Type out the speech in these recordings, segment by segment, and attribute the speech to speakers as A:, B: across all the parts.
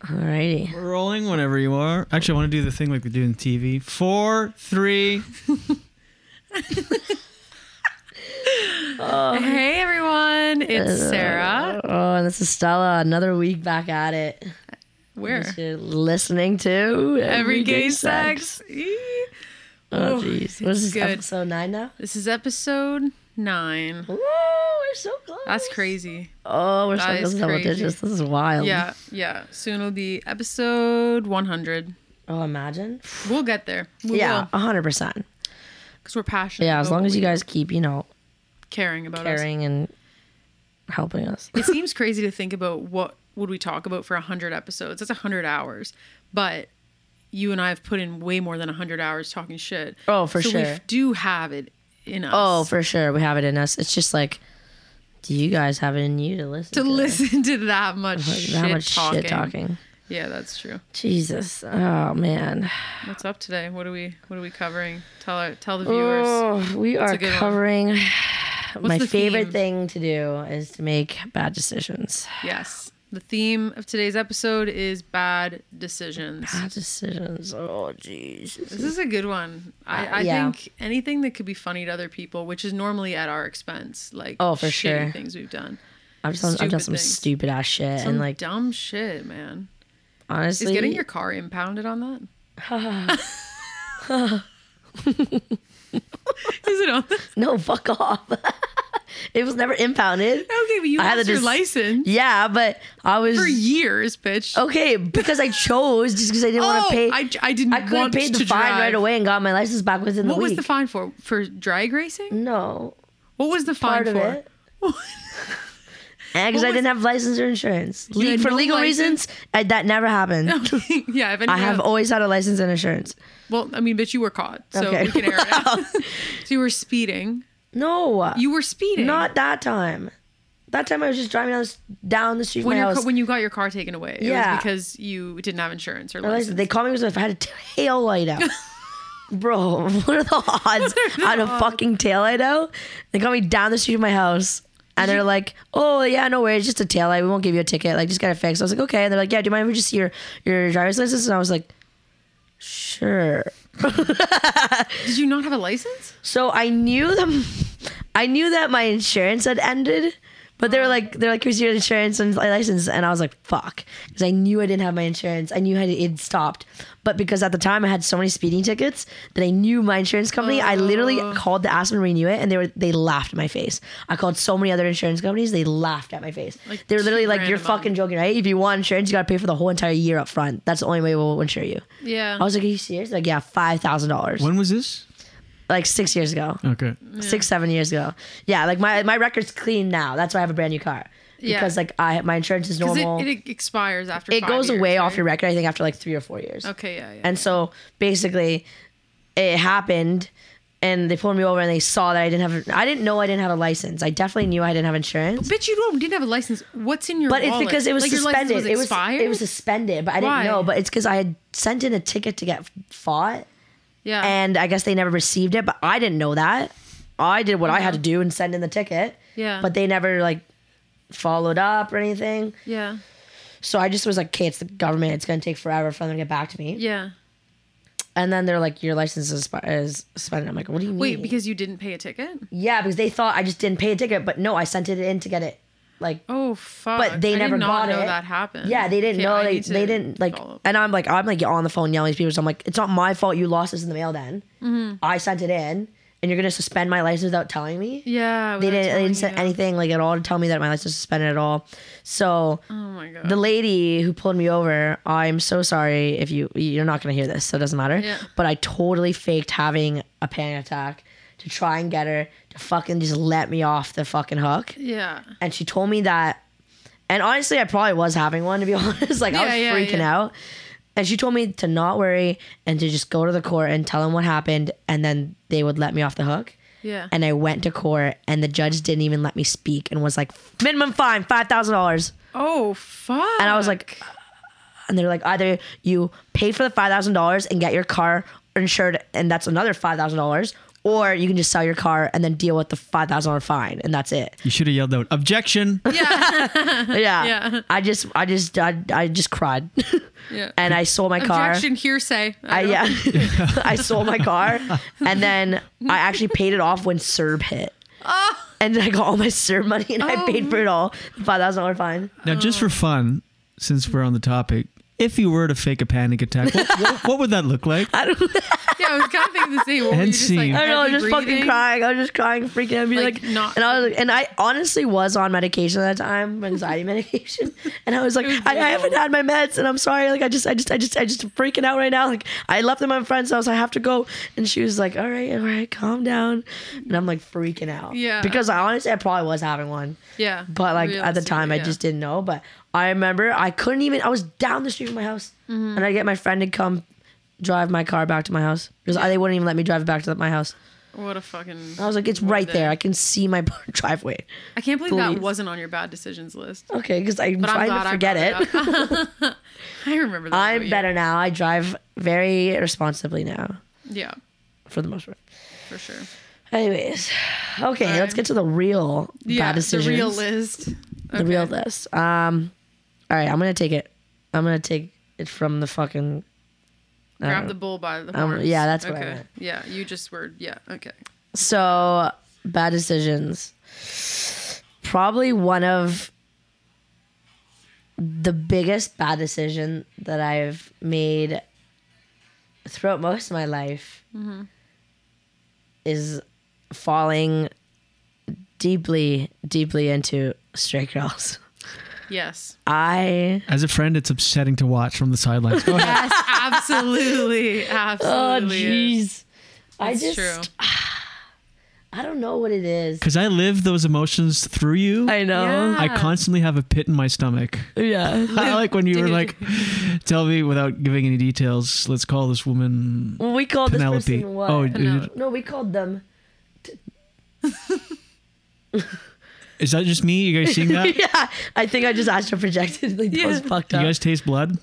A: Alrighty.
B: We're rolling whenever you are. Actually, I want to do the thing like they do in TV. Four, three.
C: Hey everyone, it's
A: Uh,
C: Sarah.
A: Oh, and this is Stella. Another week back at it.
C: Where?
A: You're listening to
C: Every gay sex. Eee.
A: Oh, jeez. What is this?
C: good.
A: Episode nine now.
C: This is episode nine.
A: Ooh, we're so close.
C: That's crazy.
A: Oh, we're so
C: That
A: close
C: is
A: to double
C: crazy.
A: digits. This is wild.
C: Yeah, yeah. Soon it'll be episode 100.
A: Oh, imagine.
C: We'll get there. We
A: Yeah,
C: will.
A: hundred percent.
C: Because we're passionate.
A: Yeah, as
C: about
A: long
C: what
A: as you
C: we-
A: guys keep, you know,
C: caring about us.
A: caring and helping us.
C: It seems crazy to think about what would we talk about for 100 episodes. That's 100 hours. But you and I have put in way more than 100 hours talking shit.
A: Oh, for
C: so
A: sure.
C: we do have it in us.
A: Oh, for sure, we have it in us. It's just like, do you guys have it in you to listen?
C: to
A: this?
C: listen to that much
A: Like,
C: shit
A: that much
C: talking.
A: shit talking.
C: Yeah, that's true.
A: Jesus. Oh man.
C: What's up today? What are we What are we covering? Tell our, tell the viewers.
A: Oh, we are
C: a good one.
A: covering. My
C: the
A: favorite
C: theme?
A: thing to do is to make bad decisions.
C: Yes, the theme of today's episode is bad decisions.
A: Bad decisions. Oh, jeez.
C: This is a good one. I,
A: Uh,
C: I
A: yeah.
C: think anything that could be funny to other people, which is normally at our expense, like
A: Oh, for
C: shitty
A: sure.
C: things we've done,
A: I've done, I've done
C: Stupid
A: some
C: things.
A: stupid ass shit,
C: some
A: and like
C: dumb shit, man. Is
A: honestly,
C: getting your car impounded on that? is it on that?
A: no fuck off. it was never impounded.
C: Okay, but you
A: I had
C: lost
A: to
C: your
A: just-
C: license
A: Yeah, but I was
C: for years, bitch.
A: okay because I chose just because I didn't want to Oh, pay.
C: Oh, I, I didn't
A: I could have
C: want
A: paid the
C: to
A: fine
C: drive.
A: right away and got my license back within
C: What
A: the
C: was
A: week.
C: the fine for? For drag racing?
A: No,
C: What was the fine
A: part of
C: for?
A: it. And because I
C: was-
A: didn't have license or insurance.
C: You
A: Le-
C: had
A: for
C: no
A: legal
C: license?
A: reasons, I, that never happened.
C: yeah, if anything,
A: I have always had a license and insurance.
C: Well, I mean, but you were caught, so
A: Okay.
C: we can air it out. so you were speeding.
A: No,
C: You were speeding.
A: not that time. That time I was just driving down the, s- down the street from
C: when
A: my
C: your
A: house.
C: ca- when you got your car taken away. It
A: Yeah.
C: was because you didn't have insurance or
A: My
C: license.
A: license- They called me because if I had a tail light out. Bro, what are the odds on a fucking tail light out? They called me down the street of my house. And they're like, oh yeah, no worries, just a tail light. We won't give you a ticket. Like, just got it fixed. I was like, okay. And they're like, yeah, do you mind if we just see your, your driver's license? And I was like, sure.
C: Did you not have a license?
A: So I knew them. I knew that my insurance had ended, but they were like, they're like, here's your insurance and license, and I was like, fuck, because I knew I didn't have my insurance. I knew I had, it stopped, but because at the time I had so many speeding tickets that I knew my insurance company. I literally called to ask them to renew it, and they were they laughed in my face. I called so many other insurance companies, they laughed at my face.
C: Like,
A: they were literally
C: two
A: like, you're
C: grand a month.
A: fucking joking, right? If you want insurance, you gotta pay for the whole entire year up front. That's the only way we'll insure you.
C: Yeah.
A: I was like, are you serious? They're like, yeah, five thousand dollars,
B: When was this?
A: like six years ago
B: Okay.
A: six seven years ago yeah like my my record's clean now that's why i have a brand new car
C: Yeah.
A: because like i my insurance is
C: 'Cause
A: normal
C: it,
A: it,
C: it expires after. five
A: goes
C: years,
A: away
C: right?
A: off your record i think after like three or four years
C: Okay. Yeah. yeah.
A: and so basically it happened and they pulled me over and they saw that i didn't have i didn't know i didn't have a license i definitely knew i didn't have insurance
C: Bitch, you don't didn't have a license. What's in your?
A: but it's
C: wallet?
A: because it was
C: like
A: suspended.
C: Your license
A: it
C: was
A: was
C: expired.
A: it was suspended, but I didn't
C: Why?
A: know. But it's because I had sent in a ticket to get fought,
C: yeah.
A: and I guess they never received it, but I didn't know that. I did what I had to do and send in the ticket.
C: Yeah.
A: But they never like followed up or anything.
C: yeah.
A: So I just was like, okay, it's the government. It's going to take forever for them to get back to me.
C: Yeah.
A: And then they're like, your license is, sp- is suspended. I'm like, what do you mean?
C: Wait, because you didn't pay a ticket?
A: yeah, because they thought I just didn't pay a ticket, but no, I sent it in to get it. Like,
C: Oh fuck!
A: but they
C: I
A: never
C: did
A: got
C: not know
A: it.
C: that happened.
A: Yeah, they didn't
C: Okay,
A: know.
C: I
A: they
C: need to
A: they didn't like.
C: follow up.
A: And I'm like, I'm like on the phone yelling at these people. So I'm like, it's not my fault. You lost this in the mail. Then
C: Mm-hmm.
A: I sent it in, and you're gonna suspend my license without telling me.
C: Yeah,
A: they didn't,
C: without
A: they
C: telling
A: didn't send
C: you.
A: anything like at all to tell me that my license was suspended at all. So
C: Oh my god.
A: the lady who pulled me over, I'm so sorry if you you're not gonna hear this, so it doesn't matter.
C: Yeah.
A: But I totally faked having a panic attack to try and get her to fucking just let me off the fucking hook.
C: yeah.
A: And she told me that and honestly I probably was having one to be honest. Like I was
C: Yeah, yeah,
A: freaking
C: yeah.
A: out. And she told me to not worry and to just go to the court and tell them what happened and then they would let me off the hook
C: Yeah.
A: and I went to court, and the judge didn't even let me speak, and was like, minimum fine, five thousand dollars.
C: oh fuck.
A: And I was like, and they're like, either you pay for the five thousand dollars and get your car insured, and that's another five thousand dollars, or you can just sell your car and then deal with the five thousand dollar fine, and that's it.
B: You should have yelled out objection.
A: Yeah.
C: Yeah.
A: I just, I just, I, I just cried,
C: Yeah.
A: and I sold my car.
C: Objection, hearsay.
A: I,
C: don't-
A: yeah, I sold my car, and then I actually paid it off when Serb hit.
C: Ah.
A: And I got all my Serb money, and
C: Oh.
A: I paid for it all. Five thousand dollar fine.
B: Now, just for fun, since we're on the topic, if you were to fake a panic attack, what, what, what would that look like?
C: yeah, I was kind of thinking the same. What, were you
B: And
C: just, like,
B: scene.
A: I don't know, I was just
C: heavy
A: fucking
C: breathing?
A: crying. I was just crying, freaking out, being like,
C: Like, not-
A: and I was, and I honestly was on medication at that time, anxiety medication, and I was like,
C: was
A: I, I haven't
C: brutal.
A: had my meds, and I'm sorry, like I just, I just, I just, I just freaking out right now. Like I left them at my friend's house, I have to go, and she was like, all right, all right, calm down, and I'm like freaking out,
C: Yeah.
A: because I honestly, I probably was having one,
C: Yeah.
A: but like at the
C: realistically,
A: time, I
C: yeah.
A: just didn't know, but I remember I couldn't even, I was down the street from my house,
C: Mm-hmm.
A: and I get my friend to come drive my car back to my house because I they wouldn't even let me drive it back to my house.
C: What a fucking.
A: I was like, it's
C: what a
A: right
C: day.
A: there. I can see my driveway.
C: I can't believe
A: Please.
C: that wasn't on your bad decisions list.
A: Okay, because I'm
C: But I'm
A: trying
C: glad
A: to
C: I
A: forget
C: brought
A: it.
C: up. I remember that. about
A: I'm
C: you.
A: better now. I drive very responsibly now,
C: Yeah,
A: for the most part.
C: for sure.
A: Anyways, okay,
C: All
A: let's
C: right.
A: get to the real
C: Um, Yeah,
A: bad decisions.
C: the real list.
A: The real
C: Okay.
A: list. Um, all right, I'm gonna take it. I'm gonna take it from the fucking. I don't
C: Grab
A: know.
C: the bull by the
A: Um,
C: horns.
A: yeah, that's what I
C: okay.
A: meant.
C: Yeah, you just were. Yeah, okay.
A: So bad decisions. Probably one of the biggest bad decision that I've made throughout most of my life is falling deeply, deeply into stray girls.
C: Yes.
A: I
B: As a friend, it's upsetting to watch from the sidelines. Go ahead.
C: Yes, absolutely.
A: oh
C: Absolutely.
A: jeez, I
C: It's
A: just
C: true.
A: I don't know what it is.
B: Because I live those emotions through you. I,
C: know. Yeah.
B: constantly have a pit in my stomach.
A: yeah.
B: I like when you were
C: Dude.
B: like, tell me without giving any details, let's call this woman
A: Well, we called this
B: Penelope.
A: person what?
B: Oh,
C: Penelope.
A: no, we called them.
B: is that just me? You guys seeing that? You
A: Yeah, I think I just astral projected. Like, that was fucked up.
B: guys taste blood?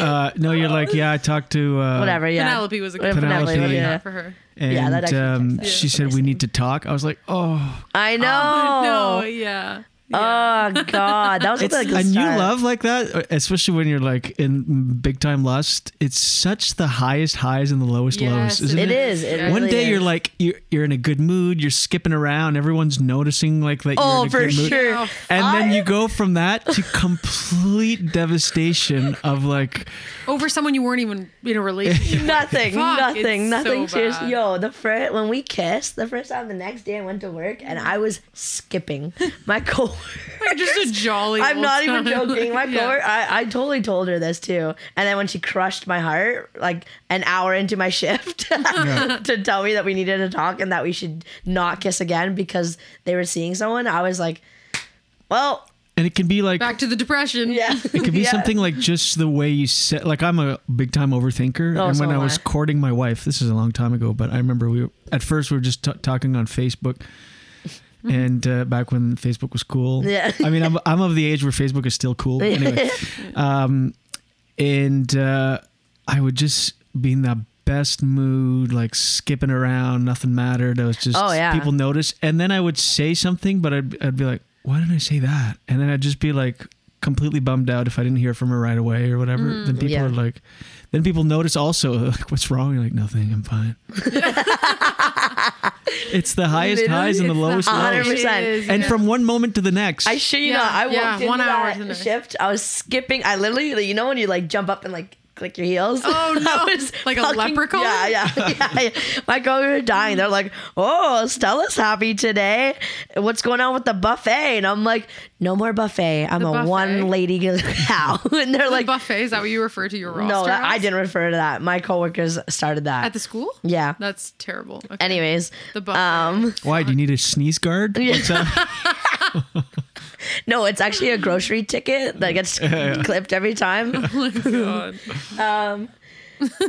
B: uh, no, you're like, yeah, I talked to. Uh,
A: Whatever. Yeah.
C: Penelope was a good
B: Penelope,
C: one.
B: yeah.
C: Not for her.
B: And
A: Yeah, that actually checks
B: um,
A: out.
B: she
A: Yeah.
B: said, we need to talk. I was like, oh.
A: I
C: No,
A: know.
C: yeah.
A: Oh God, that was
B: It's
A: like the
B: a new
A: start.
B: love like that, especially when you're like in big time lust. It's such the highest highs and the lowest lows,
C: Yes,
B: isn't
A: It
B: it?
A: is. It
B: One
A: really
B: day
A: is.
B: you're like you're, you're in a good mood. You're skipping around. Everyone's noticing like that.
A: Oh,
B: you're in a
A: for
B: good mood.
A: sure.
C: Yeah.
B: And then
A: I-
B: you go from that to complete devastation of like
C: Over someone you weren't even in a relationship.
A: Nothing,
C: Fuck,
A: nothing,
C: it's
A: nothing.
C: so
A: Cheers,
C: bad.
A: yo. The first when we kissed, the first time the next day I went to work and I was skipping my coworker.
C: Like, just a jolly.
A: I'm
C: old
A: not even
C: time.
A: joking. My
C: Yeah.
A: coworker, I, I totally told her this too. And then when she crushed my heart, like an hour into my shift, to tell me that we needed to talk and that we should not kiss again because they were seeing someone, I was like, well,
B: and it can be like
C: Back to the depression.
A: yeah.
B: It could be
A: Yeah.
B: something like just the way you said. Like I'm a big time overthinker,
A: Oh,
B: and
A: so
B: when I
A: am
B: was
A: I.
B: courting my wife, this is a long time ago, but I remember we were, at first we were just t- talking on Facebook, and uh, back when Facebook was cool.
A: Yeah.
B: I mean, I'm I'm of the age where Facebook is still cool. Anyway, um, and uh, I would just be in the best mood, like skipping around, nothing mattered. I was just
A: Oh, yeah.
B: people noticed, and then I would say something, but I'd I'd be like, why didn't I say that? And then I'd just be like completely bummed out if I didn't hear from her right away or whatever. then people
A: Yeah.
B: are like, then people notice also like, what's wrong? You're like, nothing, I'm fine. it's the highest highs and the
C: Literally, it's
B: lowest
C: the
A: highest.
B: lows.
A: 100%.
C: It is,
B: And
C: yeah.
B: from one moment to the next.
A: I shit you
C: Yeah,
A: not. I walked
C: yeah,
A: into
C: one hour
A: that
C: to the next.
A: shift. I was skipping. I literally, like, you know, when you like jump up and like click your heels.
C: Oh, no.
A: I was
C: Like a leprechaun?
A: Yeah, yeah, yeah, yeah. My coworkers were dying. They're like, "Oh, Stella's happy today. What's going on with the buffet?" And I'm like, "No more buffet. I'm
C: The
A: a
C: buffet?
A: one lady cow." and they're like,
C: buffet. Is that what you refer to your roster?
A: "No, that, I
C: as?
A: didn't refer to that. My coworkers started that."
C: At the school?
A: yeah.
C: That's terrible. Okay.
A: Anyways,
C: The buffet.
A: um,
B: Why? Do you need a sneeze guard? What's up?
A: no, it's actually a grocery ticket that gets clipped every time.
C: God.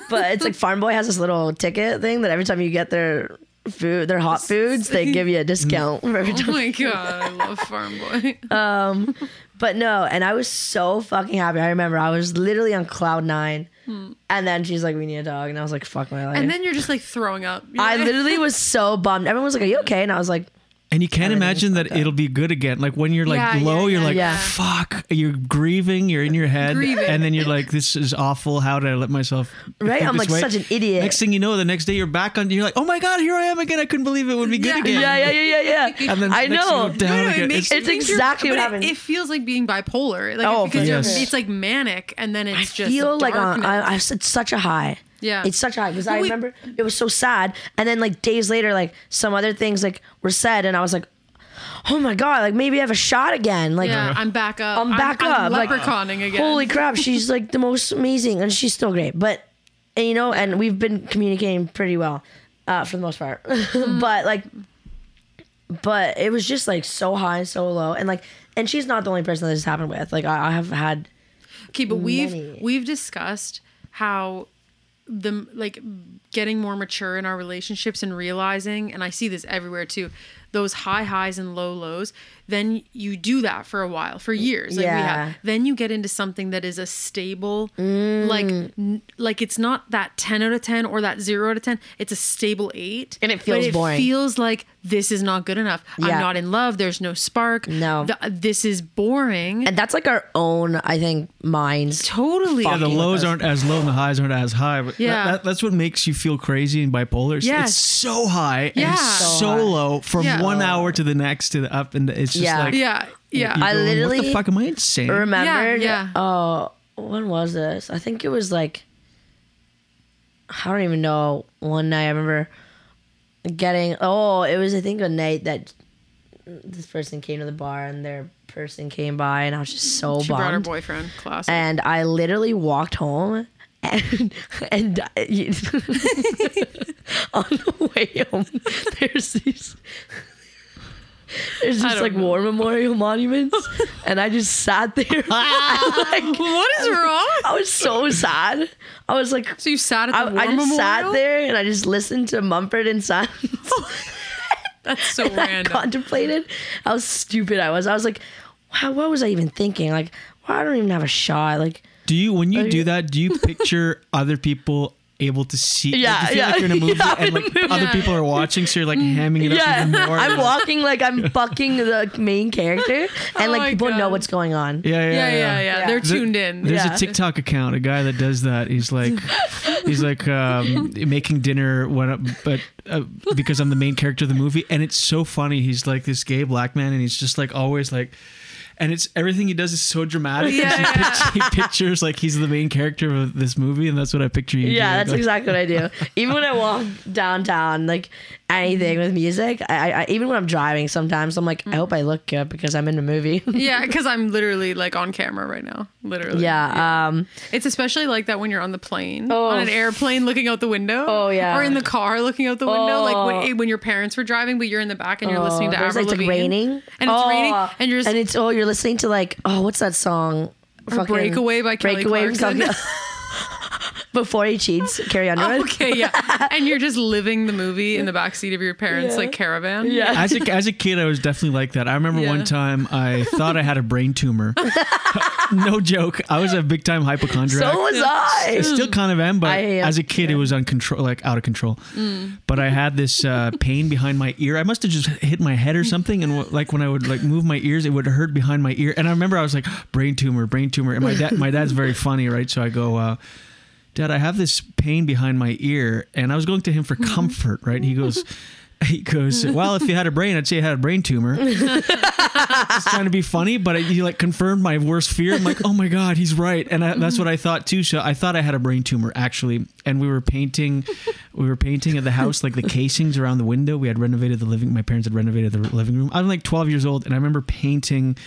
A: but it's like Farm Boy has this little ticket thing that every time you get their food, their hot foods, they give you a discount for every
C: Oh
A: time.
C: my god, I love Farm Boy.
A: Um, but no, and I was so fucking happy. I remember I was literally on cloud nine, and then she's like, "We need a dog," Hmm. and I was like, "Fuck my life."
C: and then you're just like throwing up. You're
A: I
C: like-
A: literally was so bummed. Everyone was like, "Are you okay?" And I was like,
B: And you can't
A: Everything
B: imagine
A: is
B: that
A: fucked up.
B: it'll be good again. Like when you're like
C: Yeah, yeah,
B: low, you're
C: yeah,
B: like,
A: yeah.
B: fuck, you're grieving, you're in your head.
C: Grieving.
B: And then you're like, this is awful. How did I let myself?
A: Right?
B: think
A: I'm,
B: this
A: like, such an idiot.
B: Next thing you know, the next day you're back on, you're like, oh my God, here I am again. I couldn't believe it would be good
C: Yeah,
B: again.
A: "Yeah, yeah, yeah, yeah, yeah."
B: And then
A: I
B: next
A: know.
B: You go down
C: No, no,
B: again.
C: it makes,
B: It's-
A: It's
C: it makes your-
A: exactly what
C: but it-
A: happened.
C: It, feels like being bipolar. Like
A: Oh,
C: oh, because you're-
B: yes.
C: it's like manic, and then it's
A: I
C: just
A: feel like on,
C: darkness.
A: I, I said such a high.
C: Yeah.
A: it's such a high because I
C: Well, we-
A: remember it was so sad, and then like days later, like some other things like were said, and I was like, "Oh my god!" Like maybe I have a shot again. Like
C: yeah, I'm back up.
A: I'm back
C: I'm
A: up. like,
C: leprechauning again.
A: Holy crap, she's like the most amazing, and she's still great. But and, you know, and we've been communicating pretty well uh, for the most part. but like, but it was just like so high and so low, and like, and she's not the only person that this happened with. Like, I, I have had
C: Okay, but
A: many.
C: we've we've discussed how the like getting more mature in our relationships and realizing, and I see this everywhere too, those high highs and low lows. Then you do that for a while, for years. Like we
A: Yeah. Mm.
C: have. Then you get into something that is a stable, like n- like it's not that ten out of ten or that zero out of ten. It's a stable eight,
A: And it
C: but
A: feels
C: it
A: boring.
C: Feels like this is not good enough.
A: Yeah.
C: I'm not in love. There's no spark.
A: No.
C: Th- this is boring.
A: and that's like our own, I think, minds.
C: totally.
B: yeah, the
A: fucking with
B: lows
A: us.
B: aren't as low and the highs aren't as high. But
C: Yeah.
B: that, that- that's what makes you feel crazy and bipolar. It's-
C: Yes.
B: It's so high
C: Yeah.
B: and
C: So
B: so
A: high.
B: low from
C: Yeah.
B: one hour to the next to the up. And it's just
A: Yeah.
B: like,
C: Yeah, yeah.
B: you
A: I
B: go, What
A: literally
B: the fuck am I insane?
A: remembered.
C: Yeah, yeah.
A: Oh, when was this? I think it was like I don't even know. One night I remember getting. Oh, it was I think a night that this person came to the bar and their person came by, and I was just so
C: she brought her
A: bummed.
C: boyfriend. Classic.
A: And I literally walked home. And, and I- on the way home, there's these there's
C: I
A: just
C: don't
A: like
C: know.
A: war memorial monuments, and I just sat there. and, like,
C: what is wrong?
A: I was so sad. I was like,
C: So you sat at
A: I,
C: the war
A: I just
C: memorial?
A: sat there and I just listened to Mumford and Sons.
C: That's so
A: I
C: random.
A: contemplated how stupid I was. I was like, wow, what was I even thinking? Like, well, I don't even have a shot. Like,
B: Do you when you
A: Like-
B: do that? Do you picture other people able to see? like,
A: Yeah,
B: you feel
A: yeah.
B: like you're in a movie
A: Yeah, I'm
B: and
A: in a
B: like
A: movie.
B: other
C: Yeah.
B: people are watching, so you're like hamming it up
A: yeah,
B: even more.
A: I'm walking like I'm fucking the main character, and
C: Oh my
A: like people know
C: God.
A: what's going on.
B: yeah, yeah,
C: Yeah,
B: yeah.
C: yeah, yeah,
A: Yeah.
C: They're
B: There-
C: tuned in.
B: There's
A: Yeah.
B: a TikTok account, a guy that does that. He's like, he's like um, making dinner when, but uh, because I'm the main character of the movie, and it's so funny. He's like this gay black man, and he's just like always like, and it's everything he does is so dramatic.
C: Yeah,
B: He,
C: yeah.
B: pict- he pictures like he's the main character of this movie, and that's what I picture you.
A: Yeah,
B: doing.
A: that's
B: Like,
A: exactly what I do. Even when I walk downtown, like anything with music, I, I- I even when I'm driving, sometimes I'm like, I hope I look good because I'm in a movie.
C: yeah, because I'm literally like on camera right now. Literally.
A: yeah. Um.
C: It's especially like that when you're on the plane,
A: Oh.
C: on an airplane looking out the window.
A: Oh, yeah.
C: Or in the car looking out the window, like
A: Oh.
C: when, when your parents were driving, but you're in the back and you're listening to
A: oh, there's,
C: Avril
A: like,
C: Lavigne.
A: raining,
C: And it's
A: Oh,
C: raining, and you're just
A: and it's oh, you're listening to like oh, what's that song? Fucking
C: Breakaway by Kelly
A: from-
C: Clarkson.
A: Before he cheats, Carrie Underwood.
C: okay, yeah. and you're just living the movie in the backseat of your parents'
A: Yeah.
C: like caravan.
A: Yeah.
B: as a, as a kid, I was definitely like that. I remember
C: Yeah.
B: one time I thought I had a brain tumor. no joke. I was a big time hypochondriac.
A: So was I.
B: I still kind of am, but
A: I am.
B: as a kid, it Mm. was uncontrol, like out of control. But I had this uh, pain behind my ear. I must have just hit my head or something, and wh- like when I would like move my ears, it would hurt behind my ear. And I remember I was like, brain tumor, brain tumor. And my dad, my dad's very funny, right? So I go. Uh, Dad, I have this pain behind my ear, and I was going to him for comfort, right? He goes, he goes, well, if you had a brain, I'd say you had a brain tumor. It's trying to be funny, but he like confirmed my worst fear. I'm like, oh my god, he's right, and I, that's what I thought too. So I thought I had a brain tumor actually, and we were painting, we were painting at the house like the casings around the window. We had renovated the living. My parents had renovated the living room. I'm like 12 years old, and I remember painting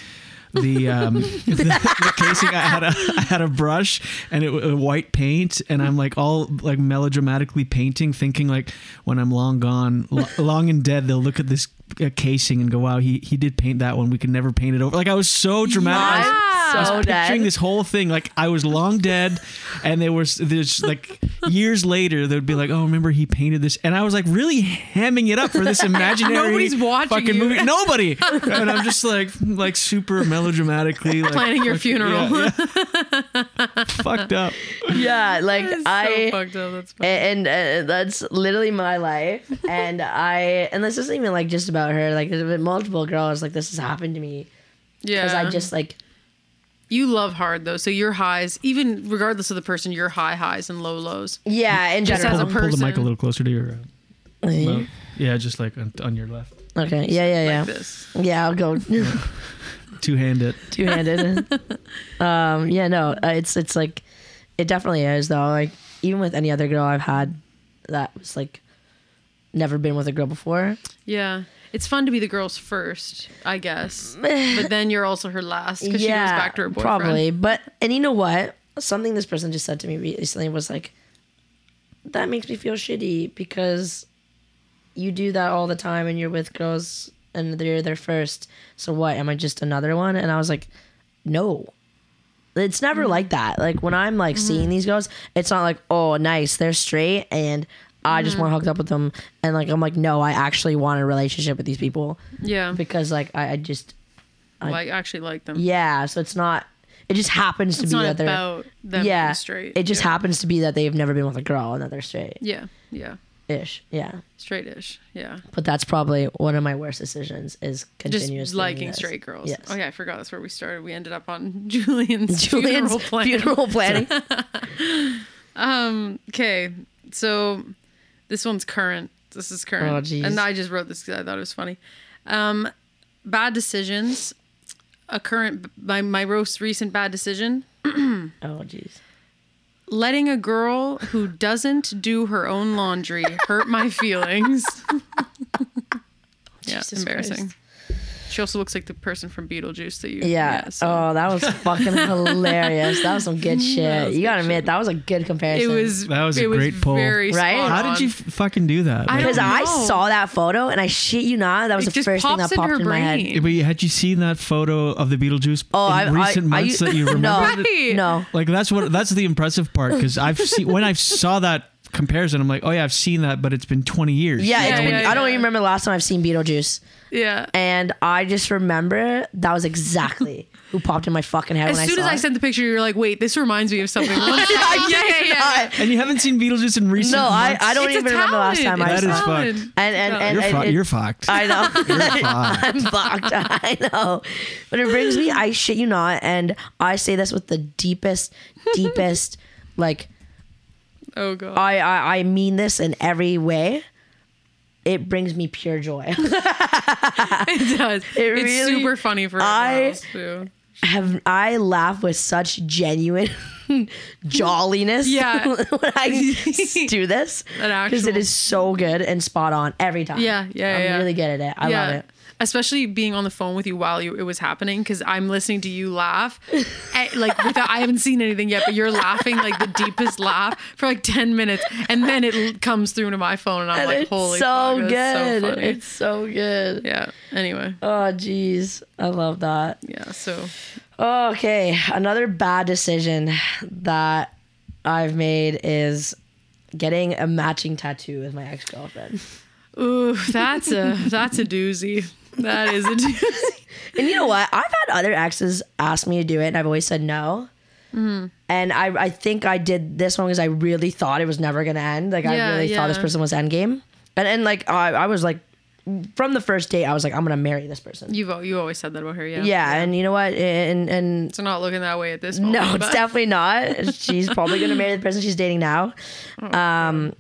B: the um the, the casing I had a I had a brush and it was white paint and I'm like all like melodramatically painting thinking like when I'm long gone lo- long and dead they'll look at this a casing and go, wow, he he did paint that one. We could never paint it over. Like I was so dramatic. I was- I was
A: So
B: picturing
A: dead.
B: this whole thing like I was long dead, and there was there's like years later they would be like, oh, remember he painted this, and I was like really hamming it up for this imaginary
C: Nobody's watching
B: fucking
C: you.
B: movie. Nobody, and I'm just like like super melodramatically like,
C: Planning your
B: like,
C: funeral.
B: yeah, yeah. fucked up.
A: yeah, like
C: That's so
A: I.
C: fucked up. That's funny.
A: and, and uh, that's literally my life and i and this isn't even like just about her like there's been multiple girls like this has happened to me
C: yeah.
A: because i just like
C: You love hard though, so your highs, even regardless of the person, your high highs and low lows.
A: yeah in
C: Just
A: general
C: as a
B: Pull the mic a
C: person.
B: little closer to your. Uh, mouth. yeah, just like on, on your left,
A: okay yeah yeah yeah
C: Like this.
A: yeah i'll go
B: two handed.
A: two-handed um yeah no uh, it's it's like it definitely is though like even with any other girl i've had that was like never been with a girl before
C: Yeah. It's fun to be the girl's first, I guess. but then you're also her last because she goes back to her boyfriend.
A: Probably. But and you know what? Something this person just said to me recently was like, That makes me feel shitty because you do that all the time and you're with girls and they're there first. So what? Am I just another one? And I was like, No. It's never
C: Mm-hmm.
A: like that. Like when I'm like seeing these girls, it's not like, oh nice, they're straight and I just
C: Mm-hmm.
A: want to hook up with them and like I'm like, no, I actually want a relationship with these people.
C: Yeah.
A: Because like I, I just
C: like actually like them.
A: yeah, so it's not. It just happens to
C: It's
A: be
C: not
A: that they're
C: about them
A: yeah.
C: being straight.
A: It just
C: yeah.
A: happens to be that they've never been with a girl and that they're straight
C: Yeah. Yeah.
A: ish. Yeah,
C: Straightish. Yeah.
A: but that's probably one of my worst decisions is
C: Just
A: continuously doing
C: liking
A: this.
C: straight girls.
A: Yes.
C: Oh yeah, I forgot that's where we started. We ended up on Julian's,
A: Julian's
C: funeral
A: funeral
C: plan.
A: planning.
C: Okay, so this one's current. This is current.
A: Oh, geez.
C: And I just wrote this because I thought it was funny. Um, bad decisions. A current, my, my most recent bad decision
A: oh jeez.
C: letting a girl who doesn't do her own laundry hurt my feelings. yeah,
A: Jesus
C: embarrassing. She also looks like the person from Beetlejuice that you.
A: Yeah.
C: so
A: Oh, that was fucking hilarious. That was some good shit.
C: was
A: You gotta
C: good
A: admit that was a good
C: it
A: comparison.
C: was.
B: That was a
C: it
B: great poll.
C: very
A: Right?
C: spot
B: How did
C: on.
B: you f- fucking do that?
C: I
B: Like,
A: because I
C: know.
A: saw that photo and I shit you not, that was
C: It
A: the
C: just
A: first thing
C: pops
A: that
C: in
A: popped
C: her
A: in, my head.
C: brain.
B: Yeah, but you- had you seen that photo of the Beetlejuice
A: Oh,
B: in
A: I,
B: recent
A: I,
B: months
A: I,
B: that you remember?
A: No,
C: Right.
A: no.
B: Like that's what that's the impressive part because I've seen when I saw that comparison, I'm like, oh yeah, I've seen that, but it's been 20 years.
A: Yeah, it's
C: Yeah,
A: been,
C: yeah,
A: I don't
C: yeah.
A: even remember the last time I've seen Beetlejuice.
C: Yeah.
A: And I just remember that was exactly who popped in my fucking head
C: As
A: when
C: soon
A: I
C: as
A: saw
C: I
A: it.
C: sent the picture, you're like, wait, this reminds me of something. I
B: and you haven't seen Beetlejuice in recent.
A: No, I,
B: months?
A: I don't
C: It's a
A: even remember the last time
C: talent.
A: I
B: That
A: saw
B: is
A: it.
B: fucked.
A: And and and,
B: You're,
A: and
B: fu-
A: it-
B: you're fucked.
A: I know.
B: fucked.
A: I'm fucked. I know. But it brings me, I shit you not, and I say this with the deepest, deepest, like
C: Oh god.
A: I, I I mean this in every way. It brings me pure joy.
C: it does. it's
A: really-
C: super funny for
A: I-
C: everyone else too.
A: have I laugh with such genuine jolliness
C: Yeah.
A: when I do this
C: An
A: because it
C: actual-
A: is so good and spot on every time.
C: Yeah, yeah,
A: I'm
C: yeah.
A: really good at it. I love it.
C: Especially being on the phone with you while you, it was happening, because I'm listening to you laugh, at, like without I haven't seen anything yet, but you're laughing like the deepest laugh for like ten minutes, and then it l- comes through to my phone, and I'm
A: And
C: like,
A: it's
C: "Holy
A: so
C: fuck, that's
A: good.
C: so funny!"
A: It's so good.
C: yeah. Anyway,
A: Oh jeez, I love that.
C: yeah. So
A: Okay, another bad decision that I've made is getting a matching tattoo with my ex girlfriend.
C: ooh, that's a that's a doozy. That is a doozy.
A: And you know what? I've had other exes ask me to do it, and I've always said no.
C: Mm-hmm.
A: And I, I think I did this one because I really thought it was never going to end. Like, I
C: Yeah,
A: really thought this
C: yeah.
A: person was endgame. And, and like, I, I was like, from the first date, I was like, I'm going to marry this person.
C: You've al- you always said that about her, yeah.
A: yeah, And you know what? And, and
C: So not looking that way at this.
A: no,
C: moment,
A: it's
C: but-
A: definitely not. She's probably gonna marry the person she's dating now.
C: Oh,
A: Um,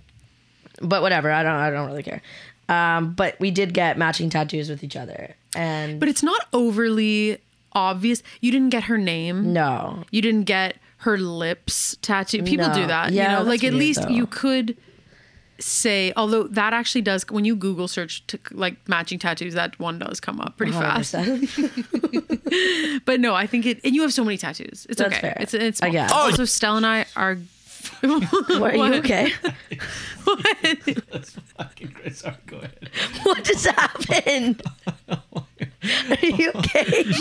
A: but whatever. I don't. I don't really care. Um, but we did get matching tattoos with each other, and
C: But it's not overly obvious. You didn't get her name.
A: no,
C: You didn't get her lips tattooed. People
A: No.
C: do that.
A: Yeah,
C: you know,
A: that's
C: like at
A: weird,
C: least
A: though.
C: you could say although that actually does when you google search t- like matching tattoos that one does come up
A: Oh,
C: pretty fast
A: 100%.
C: but no i think it and you have so many tattoos it's
A: That's
C: okay
A: fair.
C: it's it's
A: I guess.
C: also stella and i are
A: Why are you
C: What?
A: okay?
C: What?
B: That's fucking great. Sorry, go ahead.
A: What just happened? Are you okay?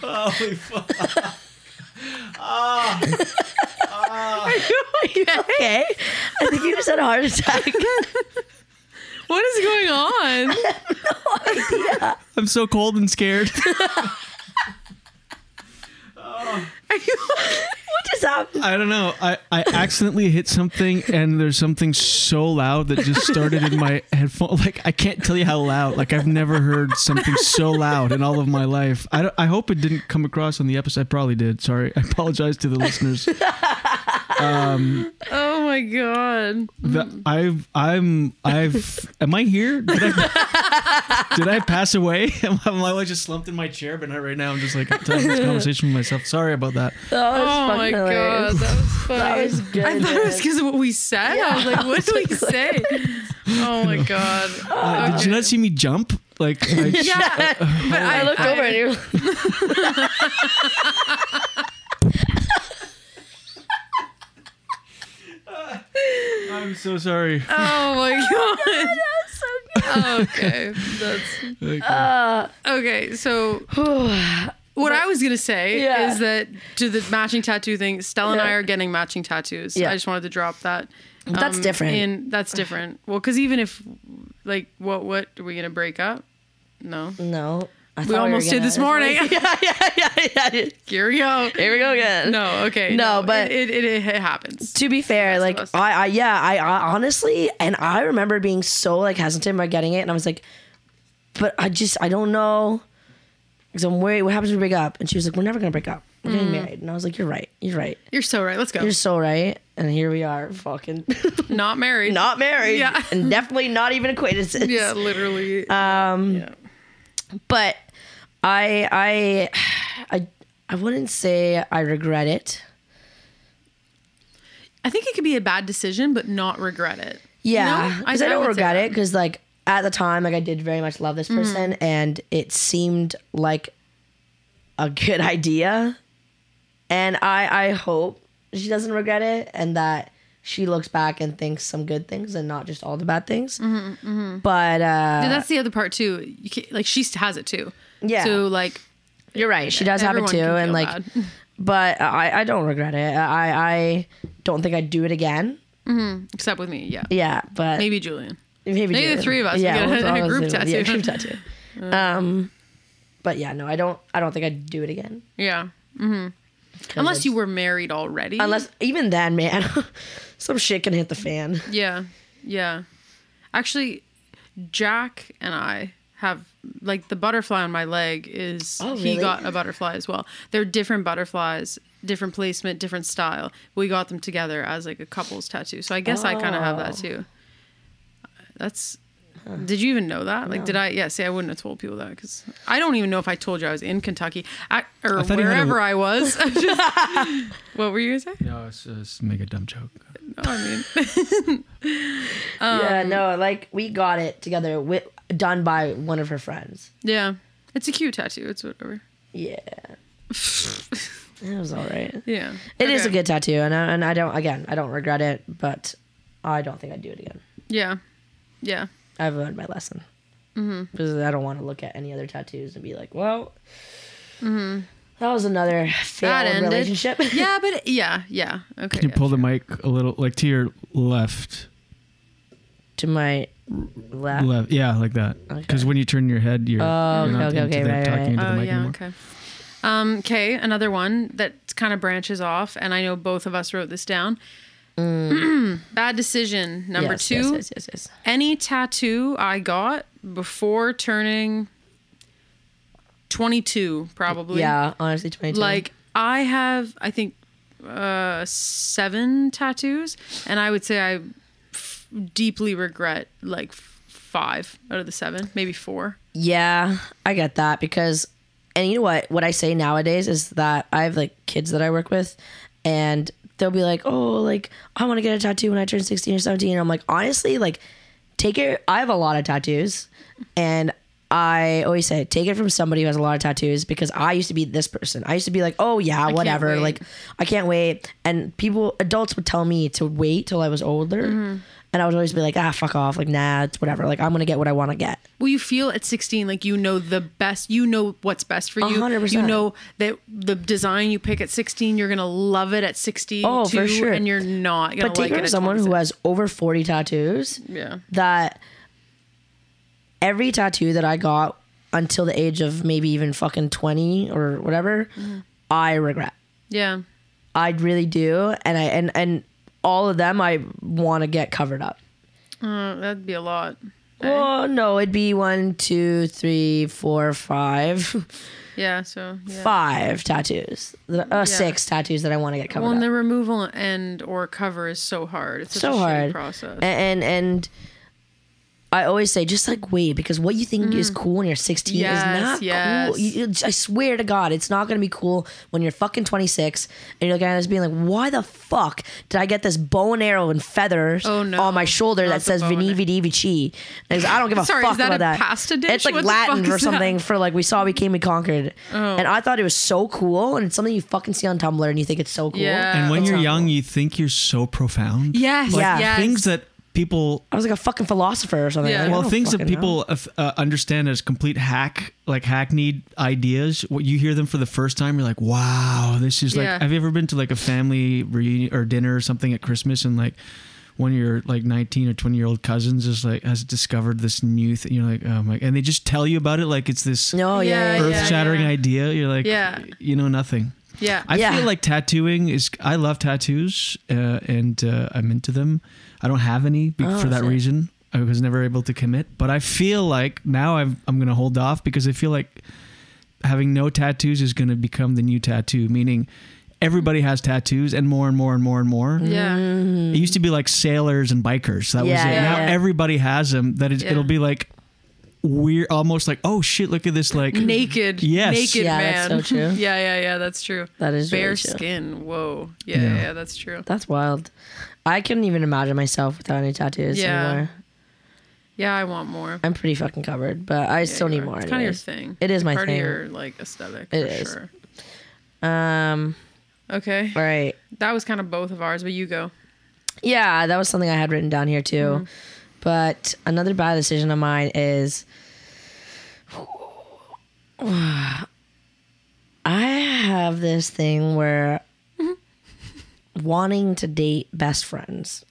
B: Holy fuck.
A: Are you okay? I think you just had a heart attack.
C: what is going on?
B: I'm so cold and scared.
C: Are you
A: What just happened?
B: I don't know. I, I accidentally hit something and there's something so loud that just started in my headphone. Like I can't tell you how loud. Like I've never heard something so loud in all of my life. I, don't- I hope it didn't come across on the episode. I probably did. Sorry. I apologize to the listeners. Um,
C: Oh my god.
A: Mm.
B: The, I've I'm I've am I here? Did I, did I pass away? Am I, am I just slumped in my chair? But not right now. I'm just like having this conversation with myself. Sorry about that.
A: That was
C: Oh
A: fucking
C: my
A: hilarious.
C: god, that was funny.
A: That was good.
C: I thought it was because of what we said. I was like,
A: Yeah.
C: what do we say? Oh my god.
A: Oh,
B: Uh, Did you not see me jump? Like I,
C: Yeah, but
A: I looked over and you were
B: I'm so sorry.
C: Oh
A: so good.
C: my god. Okay, that's
B: Like,
A: Uh,
C: okay. So what I was gonna say
A: Yeah.
C: is that to the matching tattoo thing, Stella and I
A: Yeah.
C: are getting matching tattoos.
A: Yeah.
C: I just wanted to drop that.
A: That's different.
C: And that's different. Well, because even if, like, what what are we gonna break up? No,
A: No. I thought
C: we
A: were
C: almost did
A: gonna-
C: this morning.
A: yeah, yeah, yeah, yeah.
C: Here we go.
A: Here we go again.
C: No, okay.
A: No, but-
C: it it, it, it happens.
A: to be fair, like
C: us.
A: I, I, yeah, I, I honestly, and I remember being so like hesitant about getting it, and I was like, but I just, I don't know, because I'm worried. What happens if we break up? And she was like, we're never gonna break up. We're
C: Mm.
A: getting married, and I was like, you're right, you're right,
C: You're so right. Let's go.
A: you're so right. And here we are, fucking
C: not married.
A: not married,
C: Yeah.
A: and definitely not even acquaintances.
C: Yeah, literally.
A: Uh,
C: Um. Yeah.
A: But I, I, I, I wouldn't say I regret it.
C: I think it could be a bad decision, but not regret it.
A: Yeah,
C: No? I-
A: because I,
C: I
A: don't
C: would say
A: regret
C: that. Mm-hmm.
A: it. Because like at the time, like I did very much love this person, and it seemed like a good idea. And I, I hope she doesn't regret it, and that she looks back and thinks some good things and not just all the bad things. But uh,
C: And Mm-hmm, that's the other part too. You can, like she has it too.
A: Yeah.
C: So like
A: you're right. She does have it
C: everyone
A: too,
C: can
A: and
C: feel
A: like,
C: bad.
A: but I, I don't regret it. I, I don't think I'd do it again.
C: except with me, yeah.
A: Yeah, but
C: Maybe Julian.
A: Maybe,
C: Maybe
A: do
C: the
A: it.
C: three of us. We get
A: we'll
C: a-
A: all
C: a
A: of us
C: group
A: do it. Yeah,
C: tattoo. Uh.
A: group tattoo. Um, but yeah, no, I don't. I don't think I'd do it again.
C: Yeah. hmm Unless you were married already.
A: Unless even then, man, some shit can hit the fan.
C: Yeah. Yeah. Actually, Jack and I have like the butterfly on my leg is
A: Oh,
C: he
A: really?
C: got a butterfly as well. They're different butterflies, different placement, different style. We got them together as like a couple's tattoo. So I guess I kind of have
B: Oh.
C: that too. That's Did you even know that? Like, did I? Yeah. See, I wouldn't have told people that because I don't even know if I told you I was in Kentucky I, or
B: I thought he had a-
C: wherever I was. I just- what were you gonna say?
B: no, it's, it's make a dumb joke.
C: No, I mean, Um.
A: yeah, no, like we got it together, with, done by one of her friends.
C: yeah, it's a cute tattoo. It's whatever.
A: Yeah, it was all right. It
C: Yeah.
A: is
C: It is
A: a good tattoo, and I, and I don't. Again, I don't regret it, but I don't think I'd do it again.
C: Yeah. Yeah.
A: I've learned my lesson
C: Mm-hmm.
A: because I don't want to look at any other tattoos and be like, well. That was another
C: Mm-hmm. That
A: failed
C: ended.
A: relationship.
C: yeah, but yeah, yeah. Okay.
B: Can you
C: yeah.
B: pull the mic a little, like to your left?
A: to my left.
B: Left, yeah, like that. Because when you turn your head, you're,
A: Uh, Oh, okay,
B: you're not
A: okay,
B: into
A: okay,
B: the
A: right,
B: talking
A: right.
B: into the
C: Oh
B: mic
C: yeah.
B: anymore.
C: Okay. Um. Okay. Another one that kind of branches off, and I know both of us wrote this down. Bad decision number
A: Mm. Yes,
C: two.
A: Yes, yes, yes, yes.
C: Any tattoo I got before turning twenty-two, probably.
A: Yeah, honestly, 22.
C: Like I have, I think, uh, seven tattoos, and I would say I f- deeply regret like f- five out of the seven, maybe four.
A: yeah, I get that because, and you know what? What I say nowadays is that I have like kids that I work with, and they'll be like, "Oh, like I want to get a tattoo when I turn 16 or 17." And I'm like, honestly, like take it. I have a lot of tattoos, and I always say take it from somebody who has a lot of tattoos because I used to be this person. I used to be like, oh yeah, whatever.
C: wait.
A: Like I can't wait. And people, adults would tell me to wait till I was older, and I would always be like, ah, fuck off. Like nah, it's whatever. Like I'm gonna get what I want to get.
C: Well, you feel at 16 like you know the best, you know what's best for you.
A: 100%.
C: You know that the design you pick at 16, you're going to love it at 62
A: Oh, for sure.
C: and you're not going
A: But
C: to
A: take
C: like
A: it from
C: it at
A: someone who
C: 26.
A: has over forty tattoos.
C: Yeah.
A: that every tattoo that I got until the age of maybe even fucking 20 or whatever,
C: Mm-hmm.
A: I regret.
C: Yeah.
A: I really do. And I, and, and all of them I want to get covered up.
C: Uh, that'd be a lot.
A: Well, no, it'd be one, two, three, four, five,
C: Yeah, so yeah.
A: five tattoos, that- uh, six tattoos that I want to get covered
C: Well,
A: up.
C: and the removal and or cover is so hard. It's such
A: so
C: a shitty
A: hard
C: process.
A: A- And, and I always say just like wait because what you think is cool when you're 16
C: Mm-hmm. Yes,
A: is not
C: yes.
A: cool. You- you- I swear to God, it's not gonna be cool when you're fucking 26 and you're looking at this being like, why the fuck did I get this bow and arrow and feathers
C: Oh, no.
A: on my shoulder
C: Not
A: that
C: the
A: says
C: bow and
A: Vini
C: arrow.
A: Vidi Vici? And I don't give a
C: Sorry,
A: fuck
C: is that
A: about
C: a
A: that.
C: pasta
A: It's
C: dish?
A: like
C: What the fuck
A: Latin
C: is
A: or
C: that? Oh.
A: something for like we saw, we came, we conquered. And I thought it was so cool, and it's something you fucking see on Tumblr and you think it's so cool.
C: Yeah.
B: And when
C: Uh, That's
B: you're
A: not
B: young, you think you're so profound.
C: yes,
A: Like, Yeah.
C: yes.
B: Things that people
A: I was like a fucking philosopher or something.
C: Yeah.
A: Like, I
B: well
A: don't
B: things that
A: fucking know.
B: people uh, uh, understand as complete hack like hackneyed ideas what you hear them for the first time you're like wow this is like
C: Yeah.
B: have you ever been to like a family reunion or dinner or something at christmas and like one of your like 19 or 20 year old cousins is like has discovered this new thing you're like oh my and they just tell you about it like it's this
A: No, Oh, yeah,
C: Yeah,
A: yeah,
B: earth
A: yeah.
B: shattering
C: yeah.
B: idea you're like
C: Yeah.
B: you know nothing
C: yeah.
B: I
A: Yeah.
B: feel like tattooing is. I love tattoos, uh, and uh, I'm into them. I don't have any be- for that
A: shit.
B: reason. I was never able to commit, but I feel like now I've, I'm going to hold off because I feel like having no tattoos is going to become the new tattoo. Meaning, everybody has tattoos, and more and more and more and more.
C: yeah.
A: Mm-hmm.
B: It used to be like sailors and bikers. That was
A: Mm. Yeah,
B: it.
A: yeah,
B: now
A: yeah.
B: everybody has them. That it,
C: Yeah.
B: it'll be like weird, almost like oh shit, look at this like
C: Naked.
B: Yes.
C: Naked
A: Yeah,
C: man.
A: that's so true.
C: yeah, yeah, yeah, that's true.
A: That is really
C: bare
A: true.
C: skin. Whoa. Yeah, yeah,
B: Yeah.
C: yeah, that's true.
A: That's wild. I couldn't even imagine myself without any tattoos
C: Yeah.
A: anymore.
C: Yeah, I want more.
A: I'm pretty fucking covered, but I
C: Yeah,
A: still
C: you
A: need
C: are.
A: more.
C: It's kind of your
A: anyways.
C: thing.
A: It is my
C: part
A: thing.
C: Of your like aesthetic.
A: It
C: for
A: is.
C: Sure.
A: Um,
C: Okay.
A: all right.
C: That was kind of both of ours, but you go.
A: Yeah, that was something I had written down here too.
C: Mm-hmm.
A: But another bad decision of mine is I have this thing where wanting to date best friends.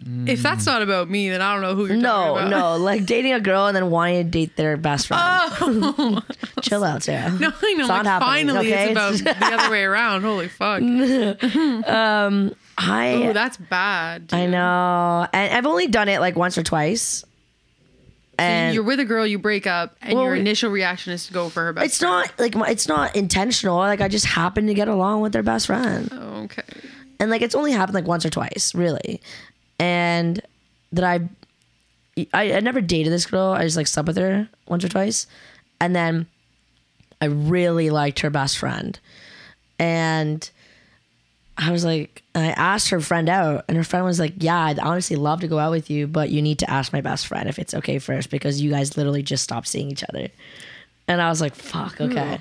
B: Mm.
C: If that's not about me, then I don't know who you're talking
A: No,
C: about.
A: no,
C: Oh,
A: like dating a girl and then wanting to date their best friend. Chill out, Sarah.
C: No, I know.
A: It's
C: like,
A: not happening,
C: finally,
A: okay?
C: it's about the other way around. Holy fuck.
A: I
C: Ooh, that's bad.
A: I
C: dude.
A: know, and I've only done it like once or twice. And
C: you're with a girl, you break up, and
A: Well,
C: your
A: we-
C: initial reaction is to go for her best.
A: it's not like my, it's not intentional. Like I just happen to get along with their best friend,
C: friend. Oh, okay.
A: and like it's only happened like once or twice, really. And that I, I, I never dated this girl. I just like slept with her once or twice, and then I really liked her best friend, and I was like, I asked her friend out, and her friend was like, "Yeah, I'd honestly love to go out with you, but you need to ask my best friend if it's okay first because you guys literally just stopped seeing each other." And I was like, "Fuck, okay,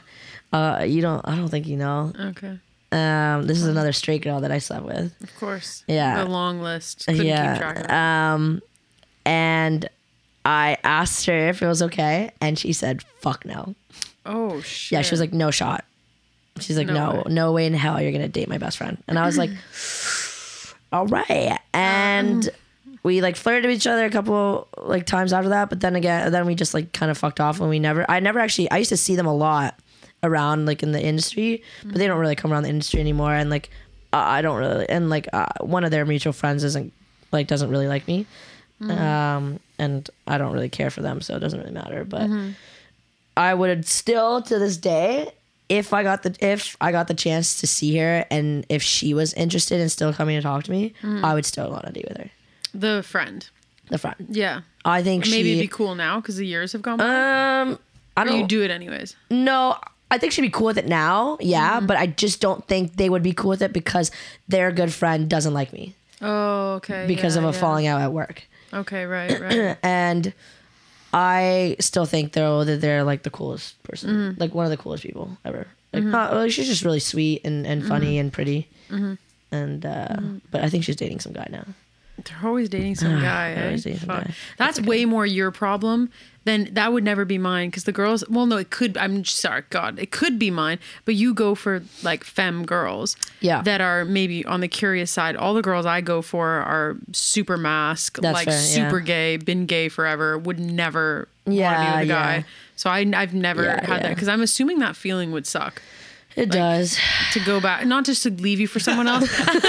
A: uh, you don't. I don't think you know.
C: Okay.
A: Um, this is another straight girl that I slept with,
C: Of course.
A: Yeah.
C: A long list. Couldn't
A: Yeah. Uh, um,
C: keep track of it.
A: and I asked her if it was okay, and she said, "Fuck no."
C: Oh, shit.
A: Yeah, she was like, "No shot." She's like,
C: No
A: "No,
C: way.
A: no way in hell you're gonna date my best friend." And I was like, "All right," and.
C: Um.
A: We like flirted with each other a couple like times after that, but then again, then we just like kind of fucked off, and we never. I never actually. I used to see them a lot around like in the industry, but they don't really come around the industry anymore. And like, uh, I don't really. And like, uh, one of their mutual friends isn't like doesn't really like me,
C: Mm-hmm.
A: um, and I don't really care for them, so it doesn't really matter. But
C: Mm-hmm.
A: I would have still to this day if I got the if I got the chance to see her and if she was interested in still coming to talk to me,
C: Mm.
A: I would still want to date with her.
C: the friend.
A: The front.
C: Yeah.
A: I think
C: Maybe
A: Oh, she
C: it'd be cool now because the years have gone by.
A: um I
C: or
A: don't
C: you do it anyways.
A: no I think she'd be cool with it now, yeah,
C: Mm-hmm.
A: but I just don't think they would be cool with it because their good friend doesn't like me
C: Oh, okay.
A: because
C: yeah,
A: of a
C: yeah.
A: falling out at work.
C: Okay, right, right.
A: And I still think though that they're like the coolest person, like one of the coolest people ever. Like, not, well, she's just really sweet and, and funny and pretty. And uh, but I think she's dating some guy now.
C: They're always dating some guy.
A: they're
C: eh?
A: always dating some
C: Fuck.
A: guy.
C: That's way more your problem than that would never be mine. Because the girls, well, no, it could. I'm j- sorry, God, it could be mine. But you go for like femme girls,
A: Yeah.
C: that are maybe on the curious side. All the girls I go for are super mask,
A: That's
C: like
A: fair, yeah.
C: super gay, been gay forever, would never want to
A: Yeah,
C: be with a
A: yeah.
C: guy. So I, I've never
A: Yeah,
C: had that
A: yeah.
C: because I'm assuming that feeling would suck
A: It does.
C: to go back, not just to leave you for someone else,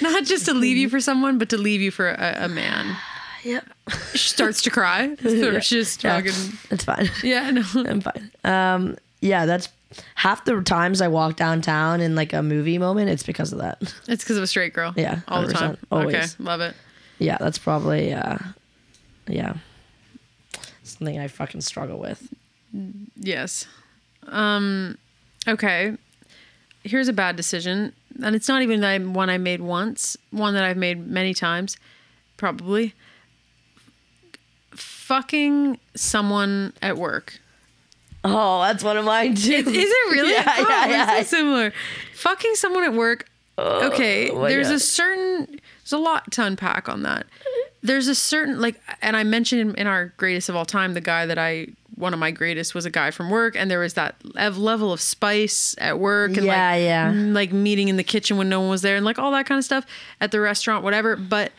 C: not just to leave you for someone, but to leave you for a, a man.
A: Yep.
C: She starts to cry. So She's just
A: Yeah.
C: fucking.
A: It's fine.
C: Yeah, no.
A: I'm fine. Um, yeah, that's half the times I walk downtown in like a movie moment. It's because of that.
C: It's because of a straight girl.
A: Yeah,
C: all the time.
A: 100%, always.
C: Okay, love it.
A: Yeah, that's probably uh, yeah, something I fucking struggle with.
C: Yes. Um. Okay. Here's a bad decision, and it's not even that I- one I made once. One that I've made many times, probably. Fucking someone at work.
A: Oh, that's one of mine too.
C: Is it really?
A: Yeah,
C: oh,
A: yeah,
C: we're
A: yeah. Oh,
C: so similar. Fucking someone at work. Okay,
A: my
C: there's a
A: God.
C: certain there's a lot to unpack on that. There's a certain like, and I mentioned in, in our greatest of all time, the guy that I one of my greatest was a guy from work, and there was that ev- level of spice at work, and
A: Yeah,
C: like,
A: yeah.
C: m- like meeting in the kitchen when no one was there, and like all that kind of stuff at the restaurant, whatever. But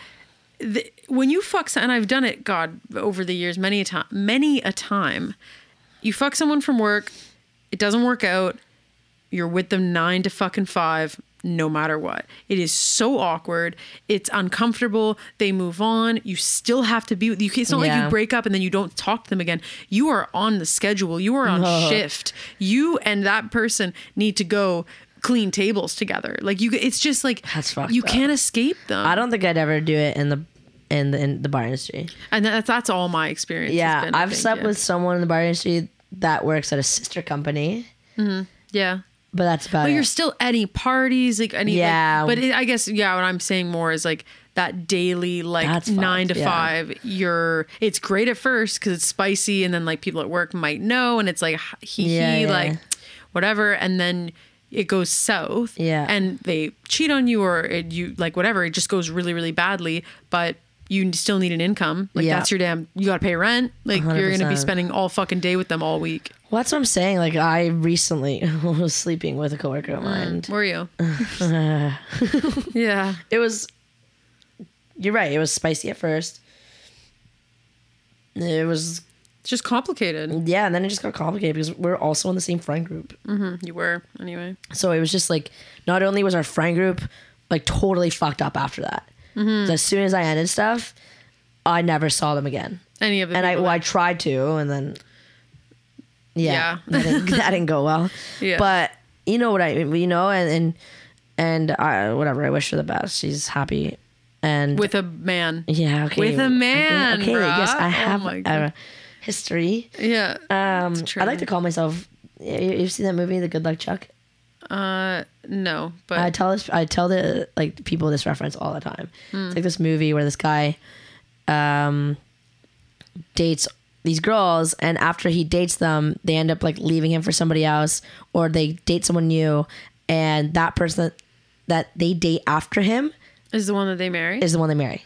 C: the, when you fuck, some- and I've done it, God, over the years, many a time, many a time, you fuck someone from work, it doesn't work out, you're with them nine to fucking five, no matter what. It is so awkward. It's uncomfortable. They move on. You still have to be with you. It's not like
A: Yeah.
C: you break up and then you don't talk to them again. You are on the schedule. You are on shift. You and that person need to go clean tables together. Like you, it's just like
A: That's fucked
C: you
A: up.
C: can't escape them.
A: I don't think I'd ever do it in the in the in the bar industry.
C: and that's that's all my experience. has
A: Yeah,
C: been, I
A: I've
C: think,
A: slept
C: yeah.
A: with someone in the bar industry that works at a sister company,
C: yeah.
A: but that's about
C: But
A: it.
C: you're still at any parties, like any. like-
A: Yeah.
C: but it, I guess yeah. What I'm saying more is like that daily, like
A: That's
C: nine
A: fucked,
C: to
A: yeah.
C: five. You're it's great at first because it's spicy, and then like people at work might know, and it's like he he
A: Yeah, yeah.
C: like whatever, and then it goes south.
A: Yeah.
C: and they cheat on you or it, you like whatever. It just goes really really badly, but. You still need an income. Like
A: Yeah.
C: that's your damn. You gotta pay rent. Like you are gonna be
A: 100%.
C: spending all fucking day with them all week.
A: well, that's what I'm saying. Like I recently was sleeping with a coworker of mine.
C: Were you? Mm. yeah.
A: it was you're right it was spicy at first it was
C: It's just complicated.
A: yeah and then it just got complicated because we're also in the same friend group
C: Mm-hmm. You were anyway.
A: so it was just like not only was our friend group like totally fucked up after that
C: Mm-hmm.
A: 'Cause as soon as i ended stuff i never saw them again
C: Any of the
A: and i
C: people
A: well, i
C: that-
A: tried to and then yeah,
C: Yeah.
A: that, didn't, that didn't go well
C: Yeah.
A: but you know what i you know and and and I, whatever i wish her the best she's happy and
C: with a man.
A: Yeah, okay.
C: With a
A: okay,
C: man,
A: Okay, yes,
C: bruh.
A: I
C: Oh
A: have
C: my
A: a
C: God.
A: history.
C: Yeah.
A: Um, I like
C: true.
A: to call myself. you- You've seen that movie, The Good Luck Chuck.
C: Uh, no, but
A: I tell this, I tell the like people this reference all the time.
C: Hmm.
A: It's like this movie where this guy, um, dates these girls, and after he dates them, they end up like leaving him for somebody else, or they date someone new, and that person that they date after him
C: is the one that they marry.
A: is the one they marry.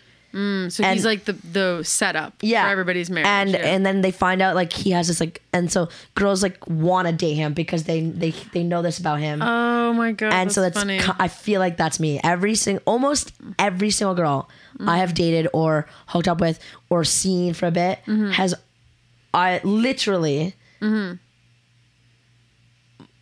C: so
A: and-
C: he's like the the setup.
A: yeah
C: For everybody's marriage.
A: and
C: yeah.
A: and then they find out like he has this like and so girls like want to date him because they they they know this about him
C: oh my god.
A: and
C: that's
A: so that's
C: funny.
A: ki- i feel like that's me every single almost every single girl i have dated or hooked up with or seen for a bit
C: Mm-hmm.
A: has i literally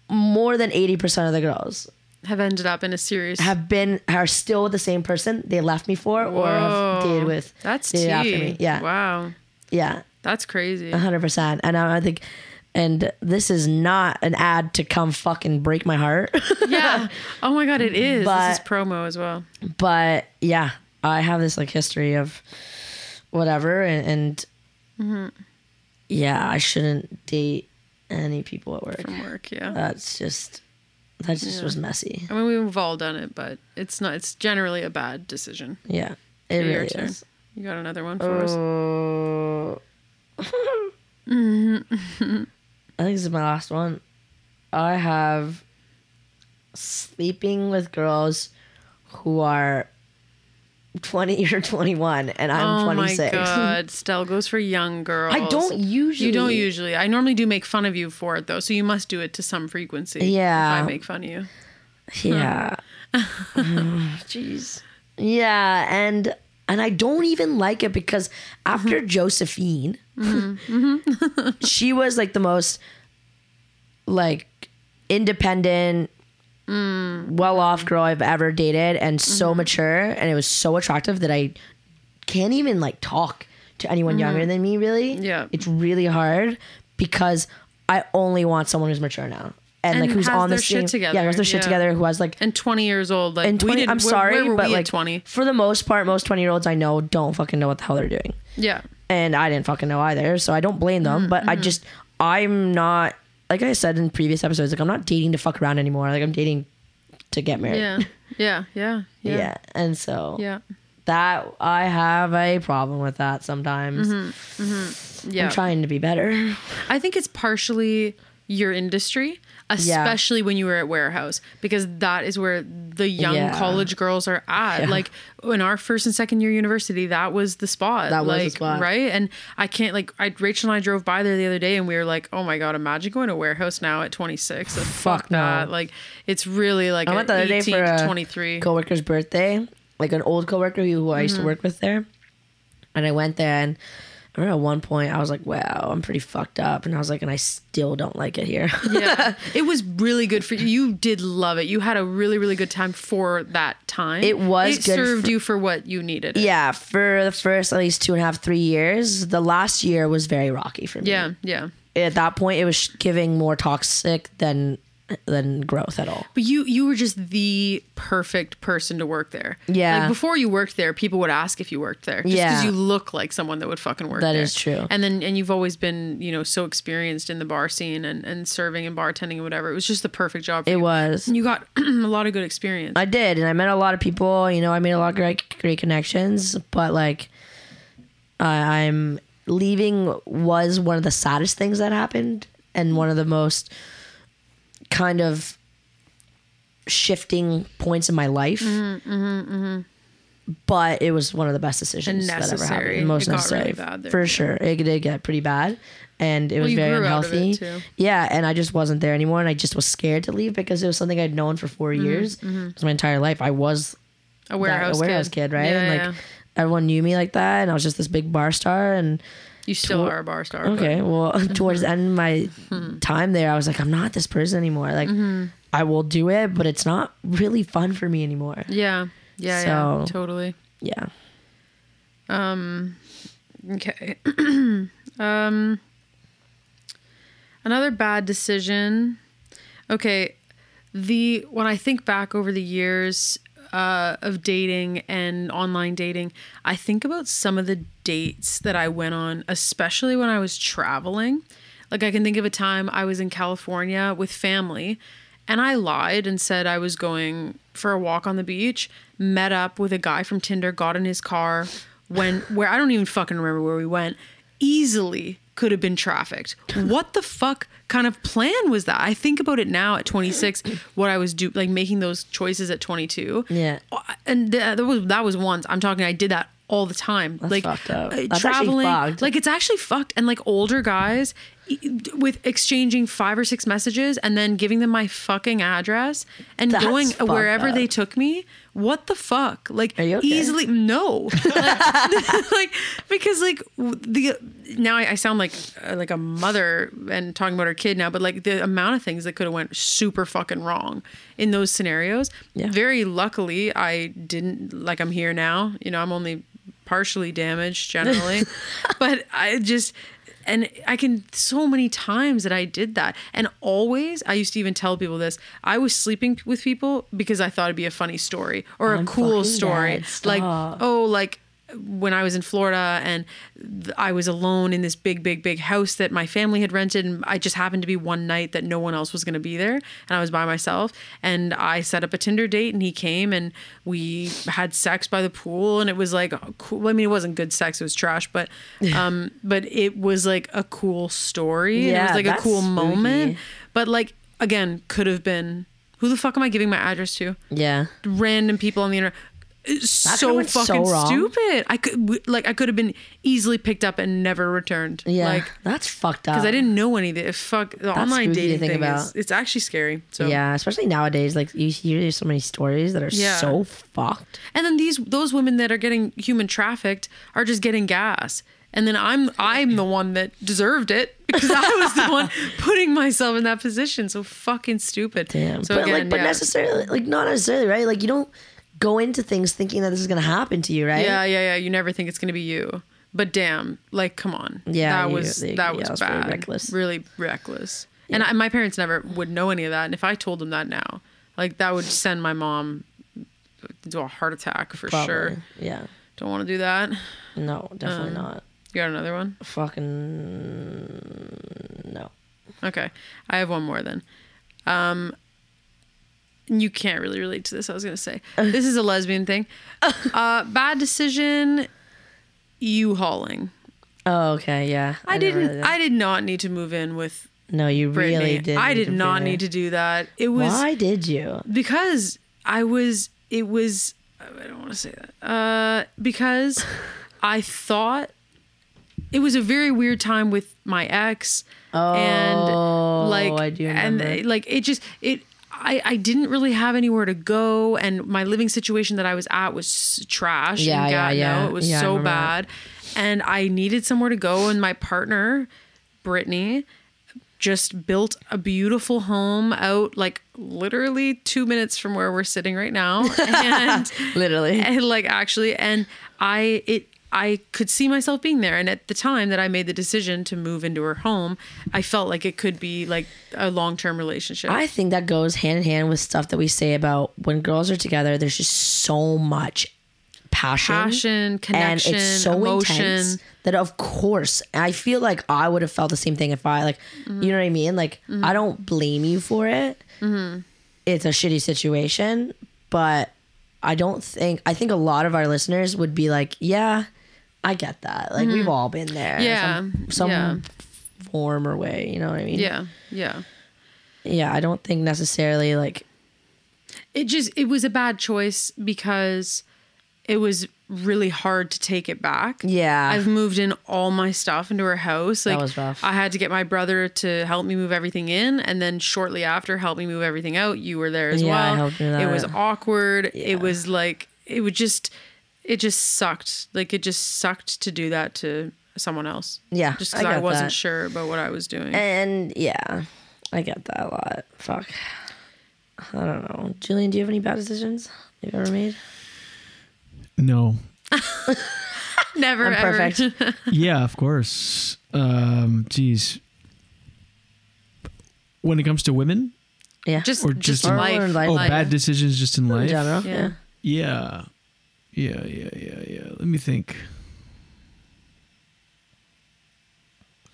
A: more than 80% of the girls
C: have ended up in a serious.
A: have been are still with the same person they left me for or have dated with
C: that's tea.
A: dated after me yeah Uh-huh.
C: Wow.
A: yeah
C: That's crazy.
A: hundred percent. And I, I think, and this is not an ad to come fucking break my heart,
C: yeah. Oh my god, it is. this
A: But-
C: is promo as well.
A: but yeah, I have this like history of whatever, and, and
C: Mm-hmm.
A: yeah, I shouldn't date any people at work.
C: From work. Yeah.
A: That's just that just was messy.
C: I mean, we've all done it, but it's not. It's generally a bad decision.
A: Yeah, it
C: Your
A: really
C: turn.
A: is.
C: You got another one for us?
A: Oh, I think this is my last one. I have sleeping with girls who are 20 or 21 and I'm
C: oh
A: 26.
C: my god, Stell goes for young girls.
A: I don't usually.
C: You don't usually. I normally do make fun of you for it though, so you must do it to some frequency.
A: Yeah.
C: If I make fun of you.
A: Yeah. Jeez. Yeah, and and I don't even like it because
C: Uh-huh.
A: after Josephine,
C: Mm-hmm.
A: she was like the most like independent,
C: Mm.
A: well-off girl I've ever dated, and
C: Mm-hmm.
A: so mature, and it was so attractive that I can't even like talk to anyone younger than me. Really,
C: Mm-hmm. Yeah.
A: it's really hard because I only want someone who's mature now. And,
C: And
A: like who's
C: has
A: on the
C: their shit
A: same-
C: together,
A: Yeah, has their shit
C: yeah.
A: together. Who has like
C: And twenty years old, like
A: and 20
C: we did
A: i'm
C: where-
A: sorry
C: where were
A: but
C: we
A: like
C: at twenty.
A: for the most part most 20 year olds i know don't fucking know what the hell they're doing
C: Yeah.
A: and i didn't fucking know either so i don't blame
C: Mm,
A: them but
C: mm-hmm.
A: i just i'm not like i said in previous episodes like i'm not dating to fuck around anymore like i'm dating to get married
C: Yeah. Yeah. Yeah.
A: yeah,
C: Yeah. Yeah.
A: and so
C: Yeah.
A: that i have a problem with that sometimes
C: Mm-hmm.
A: i'm trying to be better
C: I think it's partially your industry, especially when you were at warehouse, because that is where the young
A: Yeah.
C: college girls are at.
A: Yeah.
C: Like in our first and second year university, that was the spot.
A: That was
C: like,
A: the spot.
C: right? And I can't like I Rachel and I drove by there the other day, and we were like, oh my god, imagine going to warehouse now at 26. Like, fuck
A: no.
C: that. Like it's really like
A: I
C: at
A: went the other
C: 18
A: day for
C: to
A: a
C: 23.
A: coworker's birthday, like an old coworker who, who I used to work with there. And I went there and I remember at one point I was like, wow, I'm pretty fucked up. And I was like, and I still don't like it here.
C: yeah, it was really good for you. You did love it. You had a really, really good time for that time.
A: It was
C: It
A: good
C: served
A: for-
C: you for what you needed. it.
A: yeah, for the first at least two and a half, three years, the last year was very rocky for me.
C: Yeah, yeah.
A: At that point, it was giving more toxic than than growth at all.
C: But you you were just the perfect person to work there.
A: Yeah.
C: Like before you worked there, people would ask if you worked there. Just
A: Yeah.
C: because you look like someone that would fucking work
A: That
C: there.
A: is true.
C: And then and you've always been, you know, so experienced in the bar scene and, and serving and bartending and whatever. It was just the perfect job for
A: It
C: you.
A: was.
C: And you got a lot of good experience.
A: I did, and I met a lot of people. You know, I made a lot of great, great connections. But like, I, I'm leaving was one of the saddest things that happened, and one of the most kind of shifting points in my life.
C: Mm-hmm,
A: But it was one of the best decisions
C: And
A: that ever
C: necessary.
A: happened. and Most
C: It got
A: necessary,
C: really bad there,
A: for
C: yeah.
A: sure. It did get pretty bad, and it was
C: you
A: very
C: grew out of it,
A: unhealthy.
C: too.
A: Yeah, and I just wasn't there anymore, and I just was scared to leave because it was something I'd known for 4 years. It was my entire life. I was
C: a
A: that-
C: Mm-hmm, warehouse,
A: a warehouse
C: kid.
A: kid, right?
C: Yeah,
A: and like
C: yeah.
A: everyone knew me like that, and I was just this big bar star. And
C: you still are a bar star. but-
A: okay, well, towards the
C: Mm-hmm.
A: end of my
C: Hmm.
A: time there, I was like, I'm not this person anymore. Like,
C: Mm-hmm.
A: I will do it, but it's not really fun for me anymore.
C: Yeah. Yeah, yeah.
A: So-
C: Totally.
A: Yeah,
C: Okay. um, another bad decision. Okay, the when I think back over the years uh, of dating and online dating, I think about some of the dates that I went on, especially when I was traveling. Like I can think of a time I was in California with family, and I lied and said I was going for a walk on the beach. Met up with a guy from Tinder, got in his car. When where I don't even fucking remember where we went. Easily could have been trafficked. What the fuck kind of plan was that? I think about it now at 26, what I was do like making those choices at 22.
A: Yeah.
C: and th- that was that was once. I'm talking. I did that all the time. like
A: fucked up.
C: uh,
A: That's actually
C: traveling,
A: fucked.
C: like it's actually fucked. And like older guys e- d- with exchanging five or six messages and then giving them my fucking address and
A: That's
C: going
A: fucked
C: wherever
A: up.
C: they took me. What the fuck? Like
A: Are you okay?
C: easily no. like, like, because like w- the now I, I sound like uh, like a mother and talking about her kid now, but like the amount of things that could have went super fucking wrong in those scenarios.
A: Yeah.
C: Very luckily, I didn't like I'm here now. You know, I'm only partially damaged generally, but I just. And I can so many times that I did that, and always I used to even tell people this. I was sleeping with people because I thought it'd be a funny story or a
A: I'm
C: cool
A: fucking
C: story,
A: dead.
C: like
A: Stop.
C: oh, like when I was in Florida and th- I was alone in this big, big, big house that my family had rented. And I just happened to be one night that no one else was going to be there. And I was by myself. And I set up a Tinder date and he came and we had sex by the pool. And it was like, a cool. I mean, it wasn't good sex, it was trash, but, um, but it was like a cool story. and it
A: Yeah,
C: was like a
A: that's
C: cool
A: spooky.
C: moment. But like, again, could have been who the fuck am I giving my address to?
A: Yeah.
C: random people on the internet. It's
A: could've
C: So
A: went so
C: fucking
A: wrong.
C: stupid. I could w- like I could have been easily picked up and never returned.
A: Yeah.
C: like
A: that's fucked up.
C: because I didn't know any of the fuck the online
A: spooky to
C: dating
A: think
C: thing is
A: about.
C: it's actually scary. So
A: Yeah, especially nowadays, like you hear there's so many stories that are
C: Yeah.
A: so fucked.
C: and then these those women that are getting human trafficked are just getting gas. And then I'm I'm the one that deserved it because I was the one putting myself in that position. So fucking stupid.
A: Damn.
C: So
A: but
C: again,
A: like, but
C: yeah.
A: necessarily, like not necessarily, right? Like you don't go into things thinking that this is gonna happen to you, right?
C: Yeah, yeah, yeah. You never think it's gonna be you. But damn, like, come on.
A: Yeah,
C: that
A: you-
C: was
A: they-
C: that
A: yeah,
C: was
A: it was very
C: bad.
A: reckless.
C: Really reckless. And I, my parents never would know any of that. And if I told them that now, like, that would send my mom into a heart attack for
A: Probably.
C: sure.
A: Yeah.
C: Don't want to do that.
A: No, definitely
C: Um,
A: not.
C: You got another one?
A: Fucking no.
C: Okay, I have one more then. Um, you can't really relate to this. I was gonna say this is a lesbian thing. Uh, bad decision. You hauling.
A: Oh, okay. Yeah.
C: I,
A: never
C: didn't.
A: really-
C: I did not need to move in with
A: no, you
C: Brittany.
A: really did.
C: I did not need to do that. It was
A: Why did you?
C: because I was. It was. I don't want to say that. Uh, because I thought it was a very weird time with my ex. Oh, and like,
A: Oh, I do remember.
C: and Uh, like it just it. I, I didn't really have anywhere to go, and my living situation that I was at was s- trash.
A: Yeah,
C: in
A: yeah,
C: Gatineau.
A: yeah.
C: It was
A: Yeah, I
C: so
A: remember that.
C: bad, and I needed somewhere to go. And my partner, Brittany, just built a beautiful home out like literally two minutes from where we're sitting right now and,
A: Literally.
C: and like actually and i it i could see myself being there and at the time that i made the decision to move into her home i felt like it could be like a long-term relationship
A: I think that goes hand in hand with stuff that we say about when girls are together, there's just so much passion.
C: passion connection emotion
A: that of course I feel like I would have felt the same thing if I like you know what I mean like
C: Mm-hmm.
A: I don't blame you for it it's a shitty situation but I don't think I think a lot of our listeners would be like yeah I get that like we've all been there
C: Mm-hmm. Yeah,
A: some, some
C: yeah.
A: form or way you know what I mean
C: yeah yeah
A: yeah I don't think necessarily like
C: it just it was a bad choice because it was really hard to take it back.
A: Yeah.
C: I've moved in all my stuff into her house. Like
A: was rough.
C: I had to get my brother to help me move everything in and then shortly after help me move everything out. You were there as
A: Yeah, I
C: well.
A: helped with
C: It
A: that.
C: was awkward. It was like it would just it just sucked. Like it just sucked to do that to someone else.
A: Yeah,
C: Just
A: I
C: cuz I,
A: got
C: wasn't
A: that. Eh,
C: sure about what I was doing.
A: and yeah I get that a lot fuck I don't know Julian do you have any bad decisions you've ever made
B: No.
C: Never
A: I'm
C: ever.
A: perfect.
B: yeah, of course. Um, geez. When it comes to women,
A: Yeah.
C: Just
B: Or
C: just,
B: just in-
C: life.
A: Or in life.
B: oh,
A: Life.
B: bad decisions just in life.
A: in general.
C: Yeah.
A: Yeah.
B: Yeah. Yeah, yeah, yeah, yeah. Let me think.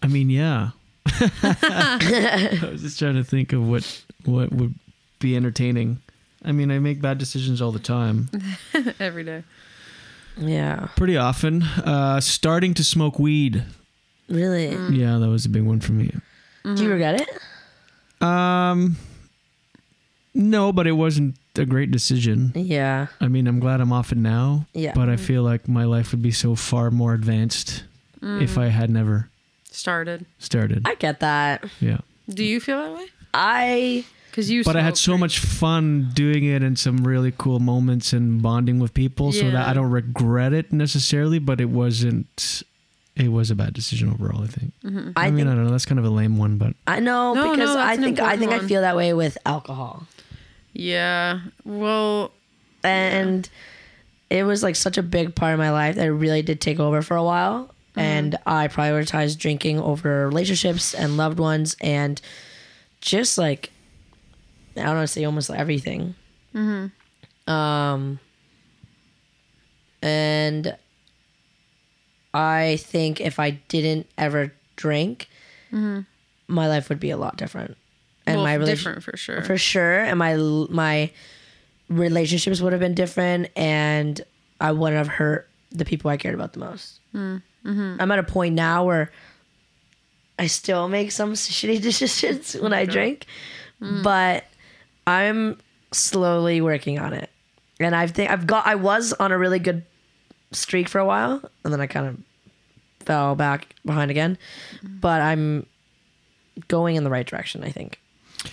B: I mean, yeah. I was just trying to think of what what would be entertaining. I mean, I make bad decisions all the time.
A: Mm.
C: Every day.
A: Yeah.
B: Pretty often. Uh starting to smoke weed.
A: Really?
C: Mm-hmm.
B: Yeah, that was a big one for me.
A: Do you regret it?
B: Um No, but it wasn't a great decision.
A: Yeah.
B: I mean, I'm glad I'm off it now.
A: Yeah.
B: But I feel like my life would be so far more advanced
C: Mm-hmm.
B: if I had never
C: Started.
B: started.
A: Mm. I get that.
B: yeah.
C: Do you feel that way?
A: I
C: Because you.
B: But I had
C: smoke,
B: so much fun doing it and some really cool moments and bonding with people so that
C: Yeah.
B: I don't regret it necessarily, but it wasn't it was a bad decision overall, I think.
C: Mm-hmm.
A: I,
B: I mean,
A: think
B: I don't know, that's kind of a lame one, but
A: I know
C: No, no,
A: because
C: that's
A: I
C: an
A: think I
C: important
A: think I
C: one.
A: feel that way with alcohol.
C: right? Yeah. Well.
A: And it was like such a big part of my life that it really did take over for a while.
C: Mm-hmm.
A: And I prioritized drinking over relationships and loved ones and just like I don't want to say almost everything.
C: Mm-hmm.
A: Um, and I think if I didn't ever drink, my life would be a lot different, and
C: Mm-hmm. well,
A: my relationship
C: different for sure.
A: for sure and my my relationships would have been different and i wouldn't have hurt the people i cared about the most mm-hmm. i'm at a point now where i still make some shitty decisions when i drink but i'm slowly working on it and i think i've got i was on a really good streak for a while and then i kind of fell back behind again but i'm going in the right direction i think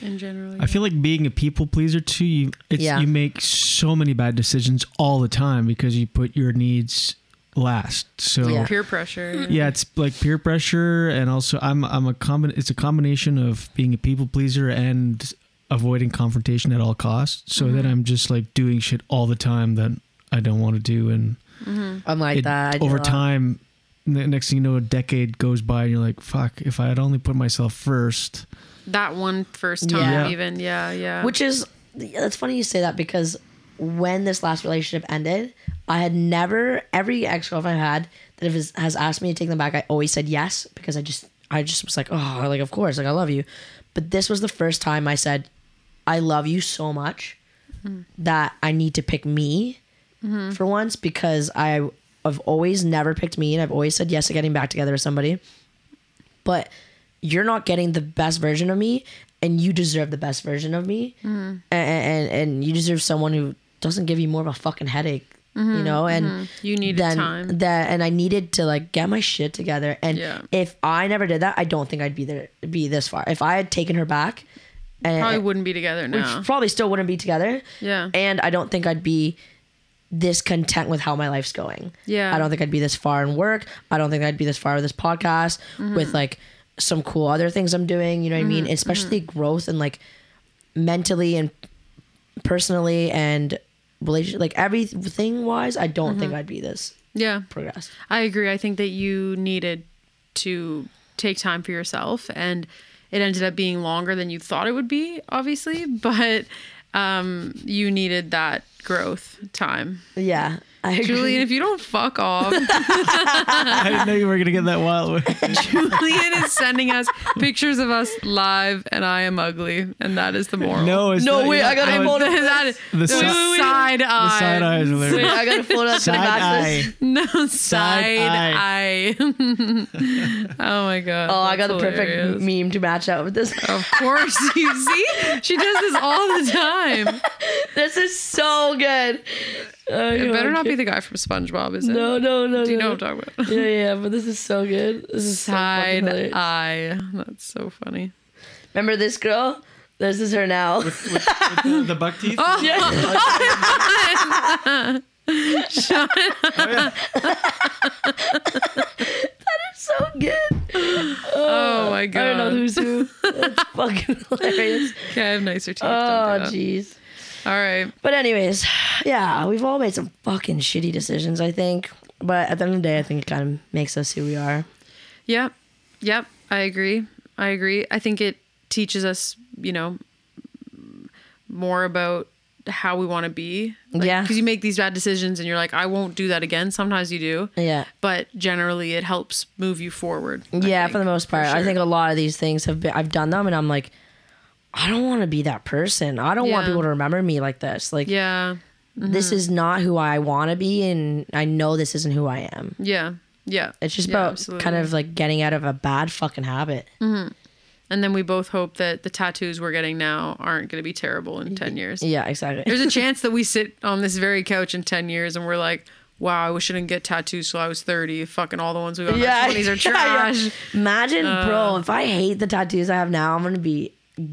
C: in general,
B: I feel like being a people pleaser too. You it's,
A: Yeah.
B: you make so many bad decisions all the time because you put your needs last. So
A: Yeah.
B: yeah,
C: peer pressure.
B: it's like peer pressure, and also I'm I'm a combin. It's a combination of being a people pleaser and avoiding confrontation at all costs. So
A: Mm-hmm.
B: then I'm just like doing shit all the time that I don't want to do, and
A: i'm like
B: it-
A: that I do a
B: over
A: lot.
B: time. ne- Next thing you know, a decade goes by, and you're like, "Fuck! If I had only put myself first,
C: That one first time,
A: Yeah.
C: even yeah, yeah.
A: Which is that's funny you say that because when this last relationship ended, I had never every ex girlfriend I had that has- has asked me to take them back, I always said yes because I just I just was like oh like of course like I love you, but this was the first time I said I love you so much that I need to pick me
C: Mm-hmm.
A: for once because I have always never picked me and I've always said yes to getting back together with somebody. But you're not getting the best version of me and you deserve the best version of me.
C: Mm-hmm.
A: A- a- And, and you deserve someone who doesn't give you more of a fucking headache. You know, and
C: Mm-hmm. You needed
A: then
C: time.
A: that, and I needed to like get my shit together. And
C: Yeah.
A: if I never did that, I don't think I'd be there, be this far. If I had taken her back, and
C: Probably wouldn't be together
A: we
C: now.
A: probably still wouldn't be together.
C: Yeah.
A: And I don't think I'd be this content with how my life's going.
C: Yeah.
A: I don't think I'd be this far in work. I don't think I'd be this far with this podcast, with like some cool other things I'm doing. You know what I mean? Especially growth and like mentally and personally and relation like everything wise, I don't think I'd be this
C: Yeah,
A: progressed.
C: I agree. I think that you needed to take time for yourself, and it ended up being longer than you thought it would be, obviously, but um, you needed that growth time.
A: Yeah. I agree.
C: Julian, if you don't fuck off,
B: I didn't know you were gonna get that wild."
C: Julian is sending us pictures of us live, and I am ugly, and that is the moral.
B: No, it's
A: No,
B: not-
A: wait,
B: you're
A: I
B: not-
A: gotta
B: no,
A: hold
B: it's-
A: it.
C: that is
B: The si-
C: side eye.
B: The side eyes are
A: Wait,
B: there.
A: I gotta float up to the
B: Side
A: back of this.
B: eye.
C: No side eye. oh my god.
A: Oh, I
C: that's
A: got the
C: hilarious.
A: perfect meme to match up with this.
C: Of course, you see, she does this all the time.
A: This is so good. Oh,
C: It
A: you
C: better
A: are
C: not be
A: cute.
C: the guy from SpongeBob, is it?
A: No, no, no.
C: Do you
A: no.
C: know what I'm talking about?
A: Yeah, yeah, but this is so good. This is so
C: Side
A: fucking hilarious.
C: eye. That's so funny.
A: Remember this girl? This is her now.
B: The, the buck teeth.
A: so good.
C: Uh. Oh my god.
A: I don't know who's who. That's fucking hilarious.
C: Okay, I have nicer teeth.
A: Oh,
C: don't do that.
A: jeez.
C: All right.
A: But anyways, yeah, we've all made some fucking shitty decisions, I think. But at the end of the day, I think it kind of makes us who we are.
C: Yep. Yep. I agree. I agree. I think it teaches us, you know, more about how we want to be.
A: Yeah.
C: Because you make these bad decisions and you're like, I won't do that again. Sometimes you do.
A: Yeah.
C: But generally, it helps move you forward. I
A: yeah,
C: think,
A: for the most part. I
C: sure.
A: think a lot of these things have been, I've done them and I'm like, I don't want to be that person. I don't want
C: Yeah.
A: people to remember me like this. Like,
C: Yeah. Mm-hmm.
A: this is not who I want to be, and I know this isn't who I am.
C: Yeah. Yeah.
A: It's just
C: Yeah,
A: about
C: absolutely. Mm-hmm.
A: kind of like getting out of a bad fucking habit.
C: And then we both hope that the tattoos we're getting now aren't going to be terrible in 10 years.
A: Yeah, exactly.
C: There's a chance that we sit on this very couch in 10 years and we're like, wow, I wish I didn't get tattoos till I was 30. Fucking all the ones we got in our 20s are
A: yeah, yeah.
C: trash. Uh.
A: Imagine, bro, if I hate the tattoos I have now, I'm gonna be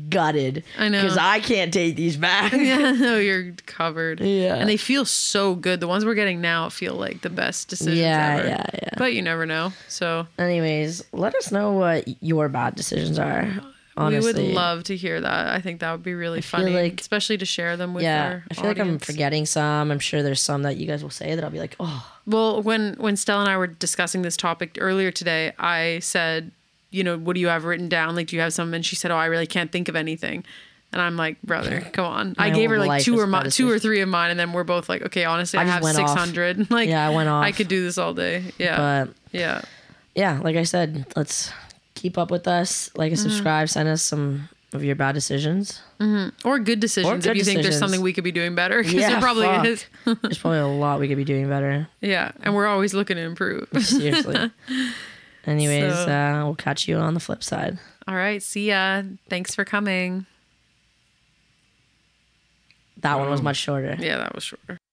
A: gutted.
C: I know.
A: because I can't take these back.
C: Yeah, no, you're covered.
A: Yeah.
C: And they feel so good. The ones we're getting now feel like the best decisions
A: Yeah,
C: ever.
A: yeah, yeah.
C: But you never know. So
A: Anyways, let us know what your bad decisions are. Honestly,
C: we would love to hear that. I think that would be really
A: feel
C: funny,
A: like-
C: especially to share them with
A: Yeah,
C: our
A: I feel like I'm
C: audience.
A: forgetting some. I'm sure there's some that you guys will say that I'll be like, oh,
C: Well, when when Stella and I were discussing this topic earlier today, I said, you know, what do you have written down? Like, do you have some? And she said, oh, I really can't think of anything. And I'm like, brother, come on. I
A: My
C: gave her
A: whole
C: like
A: life
C: two
A: is
C: or
A: bad
C: mi- two or
A: decisions.
C: three of mine, and then we're both like, okay, honestly,
A: I
C: I,
A: just
C: have
A: went off.
C: 600. Like,
A: Yeah, I went
C: I
A: off.
C: could do this all day. Yeah,
A: But-
C: yeah,
A: yeah, like I said, let's keep up with us. Like and
C: Mm-hmm.
A: subscribe. Send us some of your bad decisions.
C: Mm-hmm. or good decisions if
A: good
C: you think there's
A: decisions.
C: something we could be doing better because
A: Yeah,
C: there probably
A: fuck.
C: is.
A: There's probably a lot we could be doing better.
C: Yeah, and we're always looking to improve.
A: Seriously. Anyways,
C: So-
A: uh, we'll catch you on the flip side.
C: all right, see ya. Thanks for coming.
A: That one was much shorter.
C: Yeah, that was short.